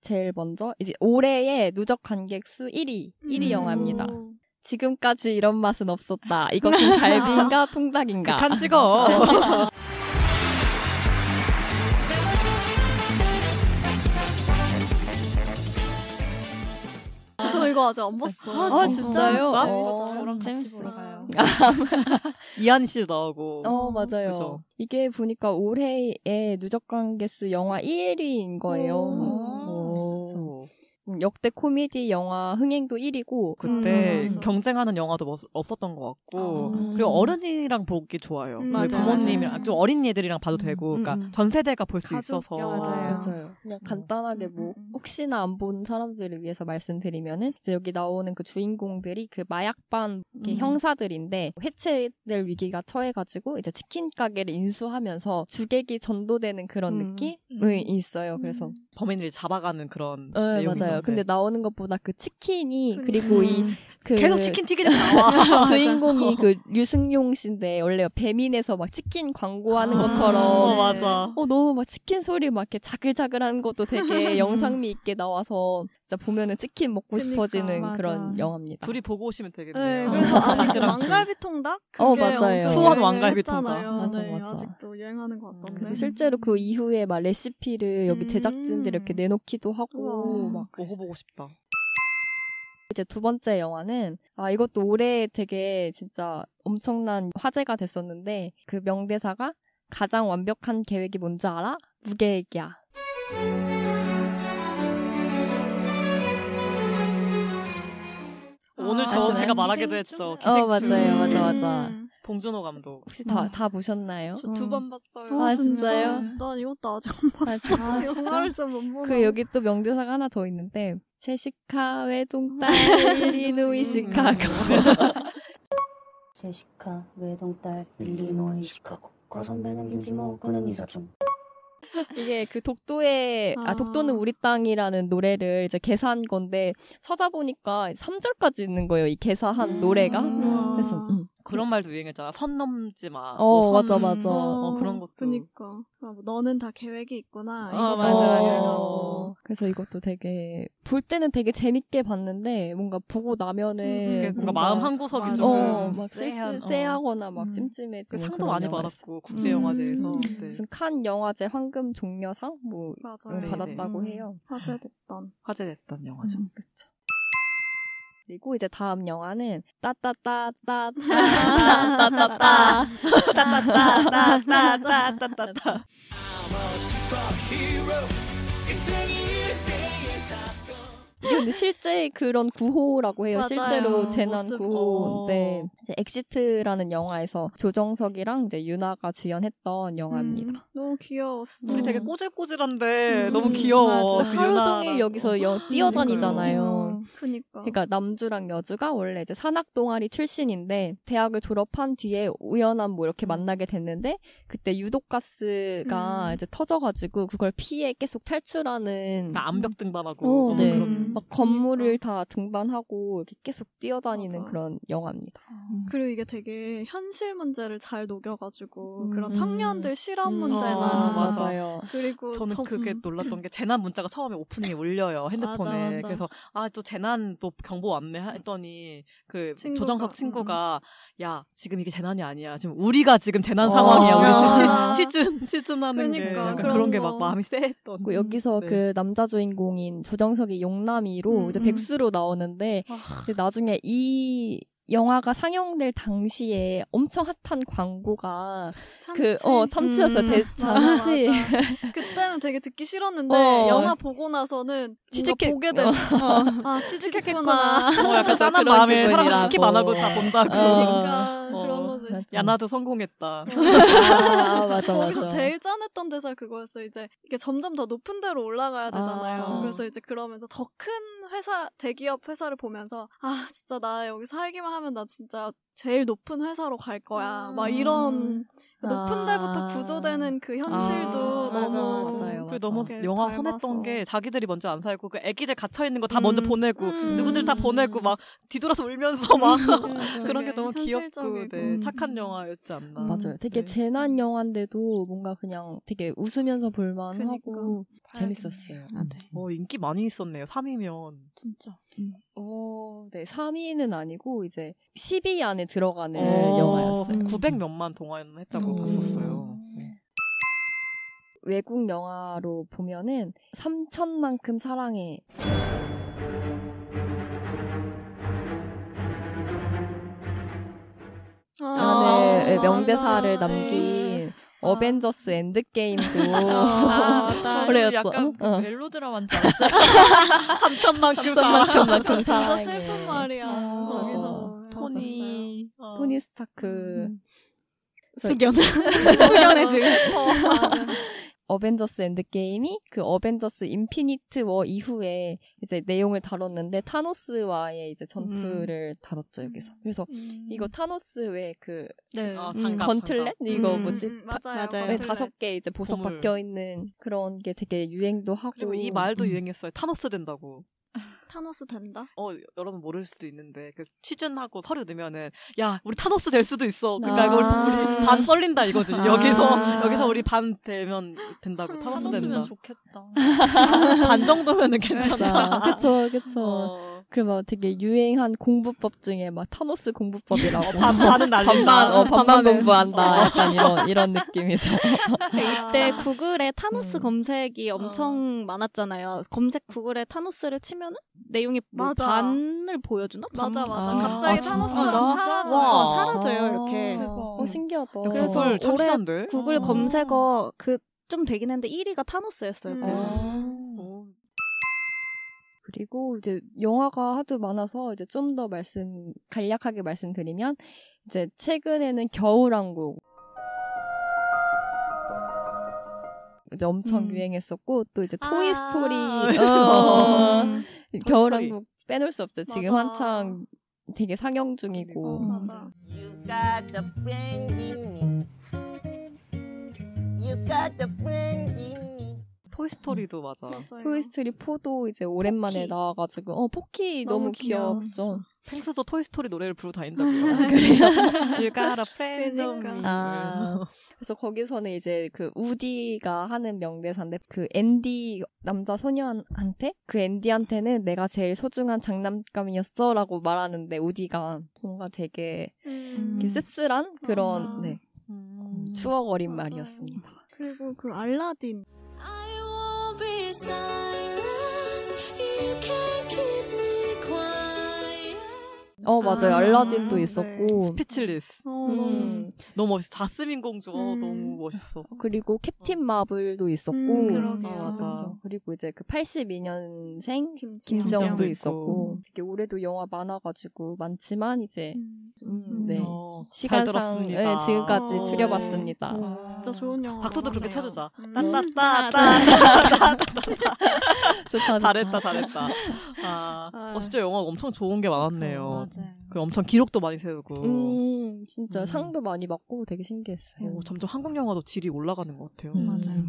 제일 먼저 이제 올해의 누적 관객 수 1위
음.
1위 영화입니다. 지금까지 이런 맛은 없었다. 이것은 갈비인가 통닭인가.
간그 찍어.
저 이거 아직 안 봤어.
아, 진짜요?
진짜?
어,
저랑 같이
재밌어요.
보러 가요.
이한 씨 나오고.
어, 맞아요.
그죠?
이게 보니까 올해의 누적 관객수 영화 1위인 거예요.
오.
음, 역대 코미디 영화 흥행도 1위고 음,
그때 경쟁하는 영화도 없- 없었던 것
어,
같고 그리고 어른이랑 보기 좋아요.
음,
저희
아. 맞아,
부모님이랑
맞아.
좀 어린 애들이랑 봐도 되고 그러니까
음.
전 세대가 볼 수
가족
있어서
영화. 네. 그냥 간단하게
음,
뭐 혹시나 안 본 사람들을 위해서 말씀드리면은 이제 여기 나오는 그 주인공들이 그 마약반 이렇게
음.
형사들인데 해체될 위기가 처해가지고 이제 치킨 가게를 인수하면서 주객이 전도되는 그런
음.
느낌이 있어요. 그래서
범인을 잡아가는 그런
네,
내용이죠.
맞아요. 근데
음. 네.
나오는 것보다 그 치킨이 그리고 이
음.
그
계속 치킨 튀기는 게 나와.
주인공이 그 류승용 씨인데 원래 배민에서 막 치킨 광고하는 것처럼
어, 맞아.
어 너무 막 치킨 소리 막 이렇게 자글자글한 것도 되게 영상미 있게 나와서 진짜 보면은 치킨 먹고 싶어지는
맞아.
그런 영화입니다.
둘이 보고 오시면
네,
되겠네요. 뭐
그래서 아니 그
사실은
왕갈비통닭 그게
어, 맞아요.
엄청
수원
유행을
왕갈비통닭.
했잖아요.
맞아,
네,
맞아.
아직도 유행하는 것 같던데.
그래서 실제로 그 이후에 막 레시피를 여기 제작진들이 이렇게 내놓기도 하고 막
먹어보고 싶다.
아, 이제 두 번째 영화는 아 이것도 올해 되게 진짜 엄청난 화제가 됐었는데 그 명대사가 가장 완벽한 계획이 뭔지 알아? 무계획이야.
오늘 저
아시나요?
제가 말하기도 했죠.
기생충? 어,
기생충.
음.
음.
맞아요, 맞아, 맞아.
봉준호 감독.
혹시 다, 다 보셨나요?
두 번 봤어요. 네,
아, 진짜요?
난 이것도 아직 안 봤어.
아, 진짜?
영화를 좀못 보나.
그 여기 또 명대사가 하나 더 있는데 제시카 외동딸 리노이 시카고 음.
제시카 외동딸 일리노이 시카고 과선배는 김치모 그는 이사촌
이게 그 독도의 아, 독도는 우리 땅이라는 노래를 이제 개사한 건데 찾아보니까 3절까지 있는 거예요. 이 개사한 노래가. 그래서 음.
그런 말도 유행했잖아. 선 넘지 마.
어,
뭐 선-
맞아, 맞아.
어, 그런 것도.
그니까. 아, 뭐 너는 다 계획이 있구나.
어,
이거
어, 그래서 이것도 되게 볼 때는 되게 재밌게 봤는데 뭔가 보고 나면은
뭔가 그러니까 마음 한 구석이 좀
어, 막
쎄한,
쓸쓸 쎄하거나 막 찜찜해지는
그 상도
뭐 그런
많이
영화였어요. 음.
받았고 국제영화제에서 네.
무슨 칸 영화제 황금 종려상 뭐
맞아요.
이런 받았다고
음,
해요.
화제됐던.
화제됐던 영화죠.
음, 그리고 이제 다음 영화는 따따따따따따따따따 음,
따따따따따따따따
이게 근데 실제 그런 구호라고 해요.
맞아요.
실제로 재난
모습.
구호인데 네. 이제 엑시트라는 영화에서 조정석이랑 이제 윤아가 주연했던 영화입니다.
너무 귀여웠어.
둘이 되게 꼬질꼬질한데 너무
음,
귀여워. 그
맞아. 하루
어, 유나랑.
종일 여기서 여- 뛰어다니잖아요.
그니까.
그러니까 남주랑 여주가 원래 이제 산악 동아리 출신인데 대학을 졸업한 뒤에 우연한 뭐
음.
이렇게 만나게 됐는데 그때 유독 가스가
음.
이제 터져가지고 그걸 피해 계속 탈출하는
다 암벽 등반하고
어,
막
네.
아, 그런
막 건물을 다 등반하고 이렇게 계속 뛰어다니는 그런 영화입니다.
그리고 이게 되게 현실 문제를 잘 녹여가지고
음.
그런 청년들 실험
음.
문제나
아, 맞아요.
그리고
저는
정-
그게
음.
놀랐던 게 재난 문자가 처음에 오프닝에 울려요 핸드폰에
맞아, 맞아.
그래서 아 또 재난 또 경보 왔네 했더니 그
친구가,
음.
조정석 친구가 야 지금 이게 재난이 아니야 지금 우리가 지금 재난 상황이야
어.
우리
맞아.
지금 시, 시준 시준하는 게
그러니까,
약간
그런
그런 게
거.
막 마음이 쎄했던
그 여기서
네.
그 남자 주인공인 조정석이 용남이로
음, 아.
이제
음.
백수로 나오는데 근데 나중에 이 영화가 상영될 당시에 엄청 핫한 광고가 그 어 참치였어
음.
대,
맞아, 맞아.
참치
그때는 되게 듣기 싫었는데
어.
영화 보고 나서는
치즈케-
치즈케 보게 됐어.
어.
아 치즈케구나.
어, 약간 짠한
그런
마음에
기분이라고.
사람 스킵 안 하고 어. 다 본다
그러니까,
어.
그런 것도 있어.
야 나도 성공했다
아, 맞아,
거기서
맞아.
제일 짠했던 대사 그거였어. 이제 이게 점점 더 높은 데로 올라가야 되잖아요.
아.
그래서 이제 그러면서 더 큰 회사, 대기업 회사를 보면서 아 진짜 나 여기 살기만 하면 나 진짜 제일 높은 회사로 갈 거야. 막 이런 높은 데부터 구조되는 그 현실도 너무
그 너무
이렇게
영화
닮아서.
화냈던 게 자기들이 먼저 안 살고 그 애기들 갇혀 있는 거 다 먼저 보내고 누구들 다 보내고 막 뒤돌아서 울면서 막 그런 게 너무 귀엽고 네, 착한 영화였지 않나. 네.
맞아요. 되게 재난 영화인데도 뭔가 그냥 되게 웃으면서 볼만하고 재밌었어요.
음,
어, 인기 많이 있었네요. 3위면 진짜.
어, 네, 3위는 아니고 이제 10위 안에 들어가는 음.
어,
네, 영화였어요.
900 몇만 동화는 했다고 봤었어요. 음. 네.
외국 영화로 보면은 3천만큼 사랑해.
아.
라는
네.
네. 아. 명대사를 남긴 어벤져스 엔드게임도
아, 맞아. 그래였죠.
약간 그
어.
멜로드라마인 줄 알았어요.
감천만큼
아,
사랑해.
진짜 슬픈 말이야.
어,
거기서 네,
토니 어,
토니 스타크
숙연. 숙연해, 지금.
어벤져스 엔드게임이 그 어벤져스 인피니트 워 이후에 이제 내용을 다뤘는데 타노스와의 이제 전투를 다뤘죠 여기서. 그래서
음.
이거 타노스 왜그
음. 네.
음,
장갑,
건틀렛
장갑.
이거
음,
뭐지?
음, 음,
다-
맞아요,
네,
건틀렛.
다섯 개 이제 보석
보물.
박혀 있는 그런 게 되게 유행도 하고.
그리고 이 말도
음.
유행했어요. 타노스 된다고.
타노스 된다?
어, 여러분 모를 수도 있는데 그 취준하고 서류 넣으면은 야, 우리 타노스 될 수도 있어. 그러니까
아.
이걸 우리
음,
반 썰린다 이거지. 여기서 여기서 우리 반 되면 된다고 타노스 된다.
음, 타노스면 좋겠다.
반 정도면은 어. 괜찮다.
그러니까. 그쵸, 어. 그쵸. 그리고 막 되게 유행한 공부법 중에 막 타노스 공부법이라고.
반- 반은 날린다.
반만, 어, 반만
반만은.
공부한다.
어.
약간 이런, 이런 느낌이죠.
이때
아.
아.
구글에
음.
타노스 검색이
어.
엄청 많았잖아요. 검색 구글에 타노스를 치면은 내용이 뭐
맞아.
반을 보여주나?
맞아, 맞아.
반?
갑자기 타노스처럼 사라져요.
어,
와.
사라져요 이렇게.
대박.
어,
아, 신기하다.
그래서
구글
올해
참신한데?
구글
어.
검색어 그 좀 되긴 했는데 1위가
음.
타노스였어요. 그래서
어,
그리고 이제 영화가 하도 많아서 이제 좀 더 말씀 간략하게 말씀드리면 이제 최근에는 겨울왕국 이제
음.
엄청 유행했었고 또
아.
이제 토이 스토리 어,
음.
겨울왕국 빼놓을 수 없죠 지금 한창 되게 상영 중이고
아,
got the friend in me. You got the friend in me.
토이스토리도 맞아.
토이스토리 4도 이제 오랜만에 나와가지고 어 포키 너무,
너무 귀여웠어.
귀엽죠
펭수도 토이스토리 노래를 부르고 다닌다고요.
아, 그래요?
You got a friend
그러니까.
on me.
아, 그래서 거기서는 이제 그 우디가 하는 명대사인데 그 앤디 남자 소년한테 그 앤디한테는 내가 제일 소중한 장난감이었어라고 말하는데 우디가 뭔가 되게 이렇게
음,
씁쓸한 그런 네, 음, 추억 어린 말이었습니다.
그리고 그 알라딘.
어 맞아요
맞아.
알라딘도
네.
있었고
스피치리스
어,
음.
너무 멋있어. 자스민 공주
음.
어, 너무 멋있어.
그리고 캡틴 마블도 있었고
음, 그러게요.
아, 맞아.
그렇죠.
그리고 이제 그 82년생
김지영.
김지영도
김지영도
있었고 이렇게 올해도 영화 많아가지고 많지만 이제 음, 네
어, 잘
시간상
들었습니다.
네, 지금까지
어,
줄여봤습니다.
네.
아.
진짜 좋은 영화.
박수도 그렇게
많아요.
쳐주자.
음.
따따따따따.
좋다, 좋다.
잘했다, 잘했다. 아, 어, 진짜 영화 엄청 좋은 게 많았네요. 그 엄청 기록도 많이 세우고.
음 진짜 상도 많이 받고 되게 신기했어요.
오, 점점 한국 영화도 질이 올라가는 것 같아요.
음.
맞아요.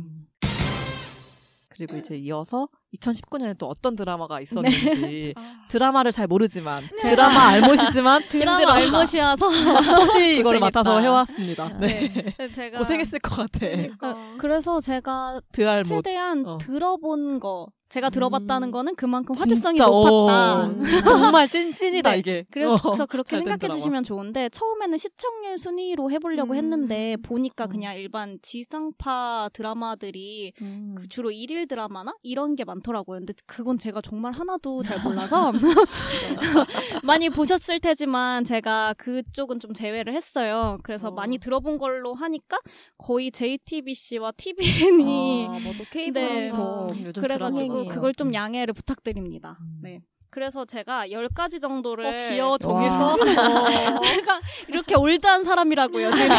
그리고 이제 이어서 2019년에 또 어떤
네.
드라마가 있었는지 드라마를 잘 모르지만 드라마 알못이지만
아. 드라마 알못이어서
혹시 이걸
고생했다.
맡아서 해왔습니다. 네.
네, 제가
고생했을 것 같아.
어, 그래서 제가
드알못.
최대한
어.
들어본 거 제가
음.
들어봤다는 거는 그만큼 화제성이
진짜,
아,
높았다.
음.
어. 정말 찐찐이다
네,
이게.
그래서
어,
그렇게
잘된
생각해
드라마.
주시면 좋은데 처음에는 시청률 순위로 해보려고
음.
했는데
어.
보니까 그냥 일반 지상파 드라마들이
음.
그 주로 일일 드라마나 이런 게 많더라고요. 근데 그건 제가 정말 하나도 잘 몰라서 많이 보셨을 테지만 제가 그쪽은 좀 제외를 했어요. 그래서 많이 들어본 걸로 하니까 거의 JTBC와 TVN이
어,
아, 맞아. 케이블은 더 요즘
그래가지고
드라마잖아요.
그걸
음.
좀 양해를 부탁드립니다.
음.
네. 그래서 제가 10가지 정도를
어, 귀여워. 종이
네. 와.
써서.
제가 어, 이렇게 올드한 사람이라고요. 제가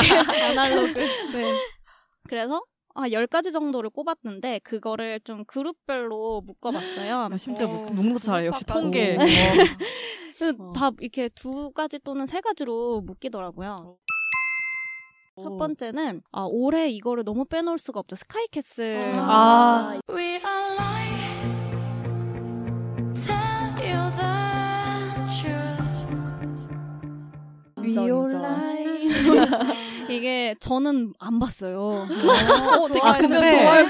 아날로그.
네. 그래서 아, 10가지 정도를 꼽았는데 그거를 좀 그룹별로 묶어봤어요.
나 아, 심지어 묶- 묶는 거 잘해. 역시
그룹까지.
통계.
그다
어.
이렇게 두 가지 또는 세 가지로 묶이더라고요. 첫 번째는 아, 올해 이거를 너무 빼놓을 수가 없죠. 스카이캐슬.
아.
We are lying. Tell you the truth.
이게 저는 안 봤어요.
아, 근데
아,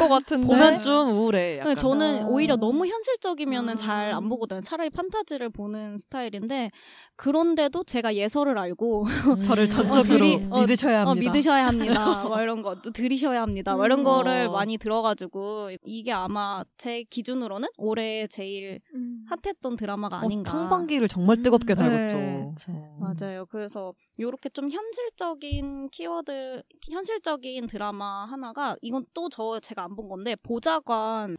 보면 좀
네,
우울해. 약간. 아.
저는 오히려 너무 현실적이면 은 잘 안 보거든요. 차라리 판타지를 보는 스타일인데 그런데도 제가 예서를 알고
저를 전적으로 믿으셔야
음. 어,
합니다.
믿으셔야 합니다. 막 이런 거 또 들이셔야 합니다. 막 이런
음.
거를
어.
많이 들어가지고 이게 아마 제 기준으로는 올해 제일
음.
핫했던 드라마가 아닌가.
상반기를 어, 정말 뜨겁게 어,
네.
달궜죠.
맞아요. 그래서 요렇게 좀 현실적인 키워드 캐릭터들 현실적인 드라마 하나가 이건 또 저 제가 안 본 건데 보좌관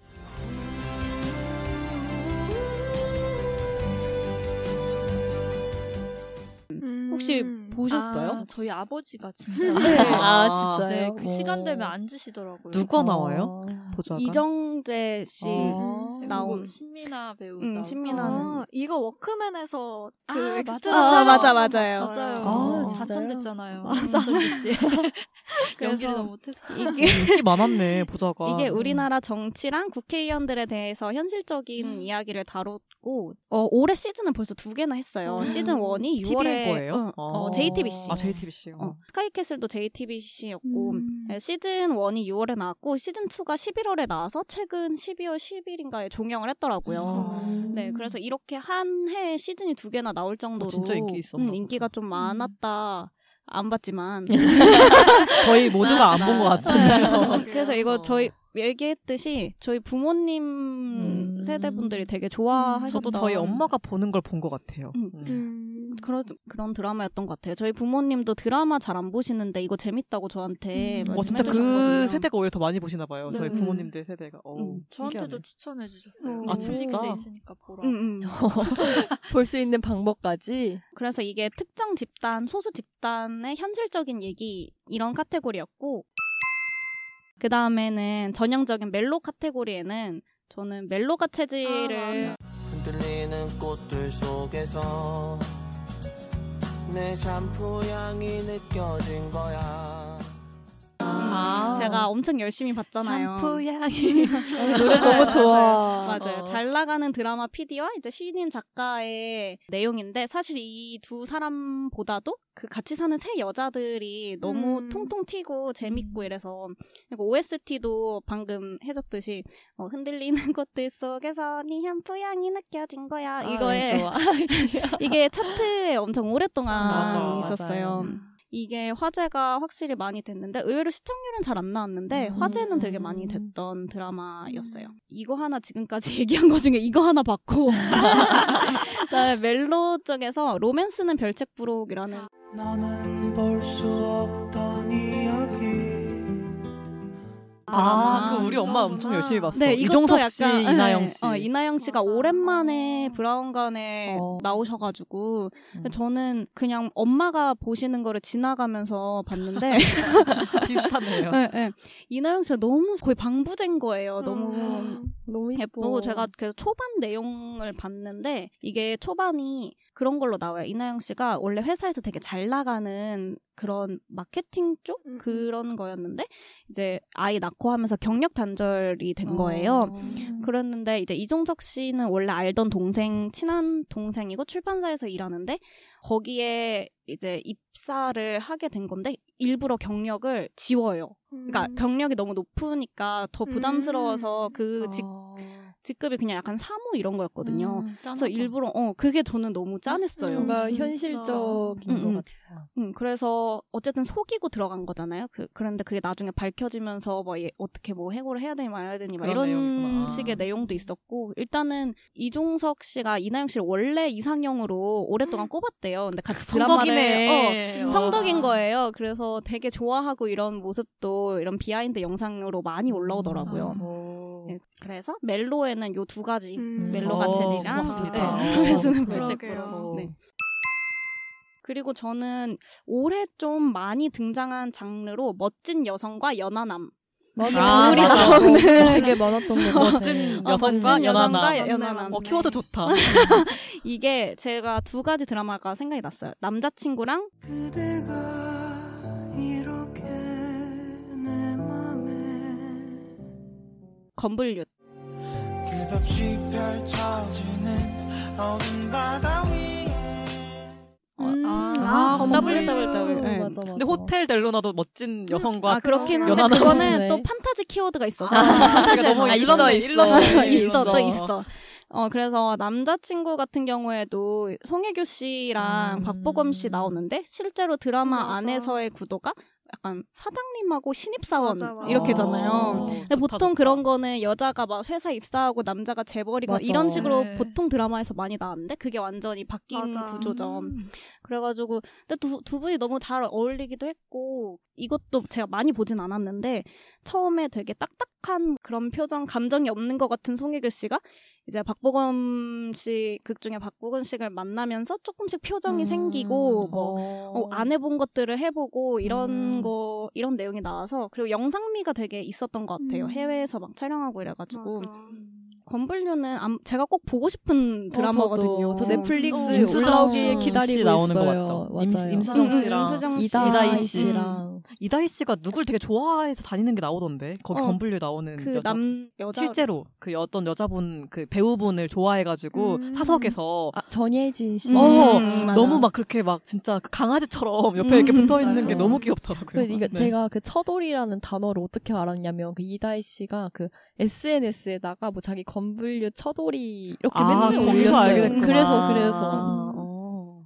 혹시
음.
보셨어요?
아, 저희 아버지가 진짜.
네. 아, 진짜요?
네, 그
오.
시간 되면 앉으시더라고요.
어.
누가 나와요? 보좌관.
이정재 씨
어,
음.
아.
나온
신민아 배우.
응, 신민아는
아, 이거 워크맨에서 그
아,
엑스트라
맞아.
촬영
맞아, 맞아요.
맞아요.
어,
아,
자천됐잖아요.
맞아.
홍석희 씨. 연기를
그래서
너무 못해서.
이게-
인기 많았네 보자가.
이게 우리나라 정치랑 국회의원들에 대해서 현실적인
음.
이야기를 다뤘고 어, 올해 시즌은 벌써 두 개나 했어요.
음.
시즌 1이 6월에
TV인 거예요?
어, 어,
아.
JTBC.
아 음. JTBC. 요
스카이캐슬도 JTBC였고
음,
네,
네,
시즌 1이 6월에 나왔고 시즌 2가 11월에 나와서 최근 12월 10일인가에 종영을
음. 아. 어.
했더라고요. 네, 그래서 이렇게 한 해에 시즌이 두 개나 나올 정도로
아, 진짜 인기 있었나
음, 인기가 좀 많았다. 안 봤지만
거의 모두가 안
네.
본것 같아요.
어, 그래서 이거 저희 얘기했듯이 저희 부모님 세대분들이 되게 좋아하셨던
음. 저도 저희 엄마가 보는 걸 본 것 같아요.
음.
음.
그런 그런 드라마였던 것 같아요. 저희 부모님도 드라마 잘 안 보시는데 이거 재밌다고 저한테
어, 진짜 그 세대가 오히려 더 많이 보시나 봐요. 저희
네. 음.
부모님들 세대가. 어,
저한테도
신기하네.
추천해 주셨어요.
아,
넷플릭스에
진짜?
있으니까 보라.
음,
아,
볼 수 있는 방법까지. 그래서 이게 특정 집단, 소수 집단의 현실적인 얘기 이런 카테고리였고 그 다음에는 전형적인 멜로 카테고리에는 저는 멜로가 체질을
흔들리는 꽃들 속에서 내 샴푸 향이 느껴진 거야.
아,
음, 제가 엄청 열심히 봤잖아요.
샴푸 향이.
어,
노래
너무 좋아.
맞아요. 맞아요.
어.
잘 나가는 드라마 PD와 이제 신인 작가의 내용인데 사실 이 두 사람보다도 그 같이 사는 세 여자들이 너무
음.
통통 튀고 재밌고 이래서 그리고 OST도 방금 해줬듯이 어, 흔들리는 것들 속에서 네 샴푸 향이 느껴진 거야 이거에
좋아.
이게 차트에 엄청 오랫동안
맞아,
있었어요.
음.
이게 화제가 확실히 많이 됐는데 의외로 시청률은 잘 안 나왔는데
음.
화제는 되게 많이 됐던 드라마였어요. 이거 하나 지금까지 얘기한 것 중에 이거 하나 봤고 그다음에 멜로 쪽에서 로맨스는 별책 부록이라는
아,
나는 볼 수 없던 이야기.
아, 그 우리 엄마 엄청 열심히 봤어.
네, 이것도
이종섭 씨,
약간, 네,
이나영 씨.
어, 이나영 씨가
어.
오랜만에 브라운관에
어.
나오셔가지고
음.
저는 그냥 엄마가 보시는 거를 지나가면서 봤는데
비슷하네요.
네, 네. 이나영 씨가 너무 거의 방부된 거예요. 음. 너무
너무
예쁘고 제가 그래서 초반 내용을 봤는데 이게 초반이 그런 걸로 나와요. 이나영 씨가 원래 회사에서 되게 잘 나가는 그런 마케팅 쪽 그런 거였는데 이제 아이 낳고 하면서 경력 단절이 된 거예요. 그랬는데 이제 이종석 씨는 원래 알던 동생 친한 동생이고 출판사에서 일하는데 거기에 이제 입사를 하게 된 건데 일부러 경력을 지워요.
음.
음.
그러니까 경력이 너무 높으니까 더 부담스러워서
어.
그 직,
아.
직급이 그냥 약간 사무 이런 거였거든요.
음,
그래서 일부러 어 그게 저는 너무 짠했어요.
음.
뭔가 현실적인
음, 음.
것 같아요.
음, 그래서 어쨌든 속이고 들어간 거잖아요. 그, 그런데 그게 나중에 밝혀지면서 뭐 얘- 어떻게 뭐 해고를 해야 되니 말아야 되니 막
그런
이런
내용이구나.
식의 내용도 있었고 일단은 이종석 씨가 이나영 씨를 원래 이상형으로 오랫동안 꼽았대요. 근데 같이
성덕이네.
드라마를 어,
음. 아, 맞아.
성덕인 거예요. 그래서 되게 좋아하고 이런 모습도 이런 비하인드 영상으로
음,
많이 올라오더라고요.
음. 어.
예, 그래서 멜로에는 요 두 가지 멜로
음.
어,
가체리랑
고맙다.
어.
네,
음,
노래수는
그러게요.
별책으로 네. 그리고 저는 올해 좀 많이 등장한 장르로 멋진 여성과 연하남.
맞아. 어,
아,
둘이
맞아.
나오는
되게 많았던 것 같아.
네, 멋진
어,
여성과
멋진 여성과
연하남.
여- 연하남.
어,
네.
키워드 좋다.
이게 제가 두 가지 드라마가 생각이 났어요. 남자친구랑
이렇게 내 맘에
건불류.
끝없이 펼쳐지는 어린 바다 위에
어, 아, 더블
건물.
더블
어,
더블. 네.
음. 맞아, 맞아. 예. 근데 호텔 델루나도 멋진 여성과
아 그렇긴 한데
연하남.
그거는 또 판타지 키워드가 있어서
아,
판타지
그러니까 너무 일렀네,
있어
일렀네.
있어 또
일렀어.
있어 어 그래서 남자친구 같은 경우에도 송혜교 씨랑 박보검 씨 나오는데 실제로 드라마 안에서의 구도가 약간 사장님하고 신입사원
맞아, 맞아.
이렇게잖아요.
어,
네,
근데 보통 그런 거는 여자가 막 회사 입사하고 남자가 재벌이고
맞아.
이런 식으로
네.
보통 드라마에서 많이 나왔는데 그게 완전히
음.
바뀐 구조죠. 그래가지고 근데 두, 두 분이 너무 잘 어울리기도 했고 이것도 제가 많이 보진 않았는데 처음에 되게 딱딱한 그런 표정 감정이 없는 것 같은 송혜교 씨가 이제 박보검 씨 극 중에 박보검 씨를 만나면서 조금씩 표정이
음.
생기고 뭐 어, 안 해본 것들을 해보고 이런 거 이런 내용이 나와서 그리고 영상미가 되게 있었던 것 같아요
음.
해외에서 막 촬영하고 이래가지고 건불류는 암- 제가 꼭 보고 싶은 드라마거든요.
저도. 저 넷플릭스
음,
어,
올라오길
임수정
기다리고
씨 나오는 거
있어요.
맞죠? 임,
맞아요.
임수정
응,
씨랑
임수정 씨,
이다희 씨.
씨랑.
음, 이다희 씨가 누굴 되게 좋아해서 다니는 게 나오던데 거기
어,
건불류 나오는
그
여자
남- 여자-
실제로 그 어떤 여자분 그 배우분을 좋아해가지고 사석에서
전예진 씨.
어,
음, 맞아.
너무 막 그렇게 막 진짜 그 강아지처럼 옆에 이렇게
음,
붙어 있는 게
맞아요.
너무 귀엽더라고요.
근데 이게
네.
제가 그 처돌이라는 단어를 어떻게 알았냐면 그 이다희 씨가 그 SNS에다가 뭐 자기 건불류 처돌이 이렇게
아,
맨날
거기서
올렸어요.
알게 됐구나.
음, 그래서 그래서
아,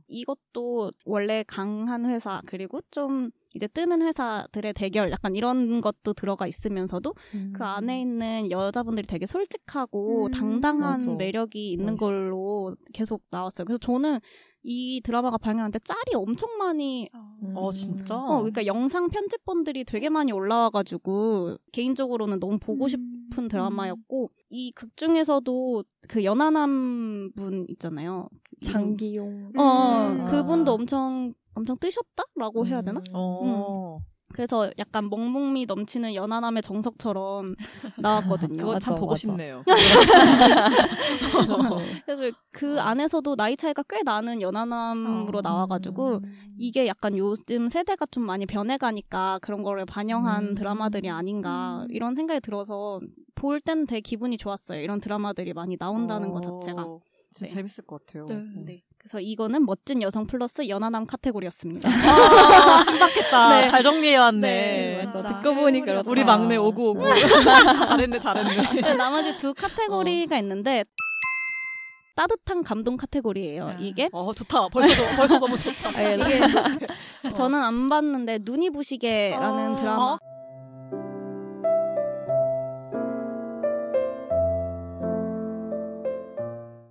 이것도 원래 강한 회사 그리고 좀 이제 뜨는 회사들의 대결 약간 이런 것도 들어가 있으면서도 그 안에 있는 여자분들이 되게 솔직하고
음.
당당한
맞아.
매력이 있는
멋있어.
걸로 계속 나왔어요. 그래서 저는 이 드라마가 방영할 때 짤이 엄청 많이
아.
음.
어 진짜.
어, 그러니까 영상 편집본들이 되게 많이 올라와가지고 개인적으로는 너무
음.
보고 싶은 드라마였고 이 극 중에서도 그 연하남 분 있잖아요.
장기용.
어, 어,
음.
아.
그분도 엄청 엄청 뜨셨다라고 해야 되나?
음.
어.
그래서 약간 멍멍미 넘치는 연하남의 정석처럼 나왔거든요.
그거 참 보고 싶네요. 어.
그래서 그 안에서도 나이 차이가 꽤 나는 연하남으로 나와가지고
음.
이게 약간 요즘 세대가 좀 많이 변해가니까 그런 거를 반영한 드라마들이 아닌가 이런 생각이 들어서 볼 땐 되게 기분이 좋았어요. 이런 드라마들이 많이 나온다는 것 자체가.
어. 진짜 재밌을 것 같아요. 어.
네. 그래서 이거는 멋진 여성 플러스 연하남 카테고리였습니다.
아, 신박했다.
네.
잘 정리해왔네.
네, 맞아. 듣고 보니까 그렇다.
우리 막내 오고 오고. 잘했네, 잘했네.
네, 나머지 두 카테고리가 있는데 따뜻한 감동 카테고리예요. 이게
어 좋다. 벌써 벌써 너무 좋다.
아, 이게 저는 안 봤는데 눈이 부시게라는 드라마.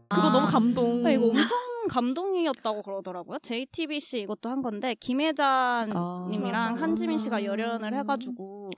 그거 너무 감동.
아, 이거 엄청 감동이었다고 그러더라고요. JTBC 이것도 한 건데 김혜자님이랑 한지민 씨가 열연을 해가지고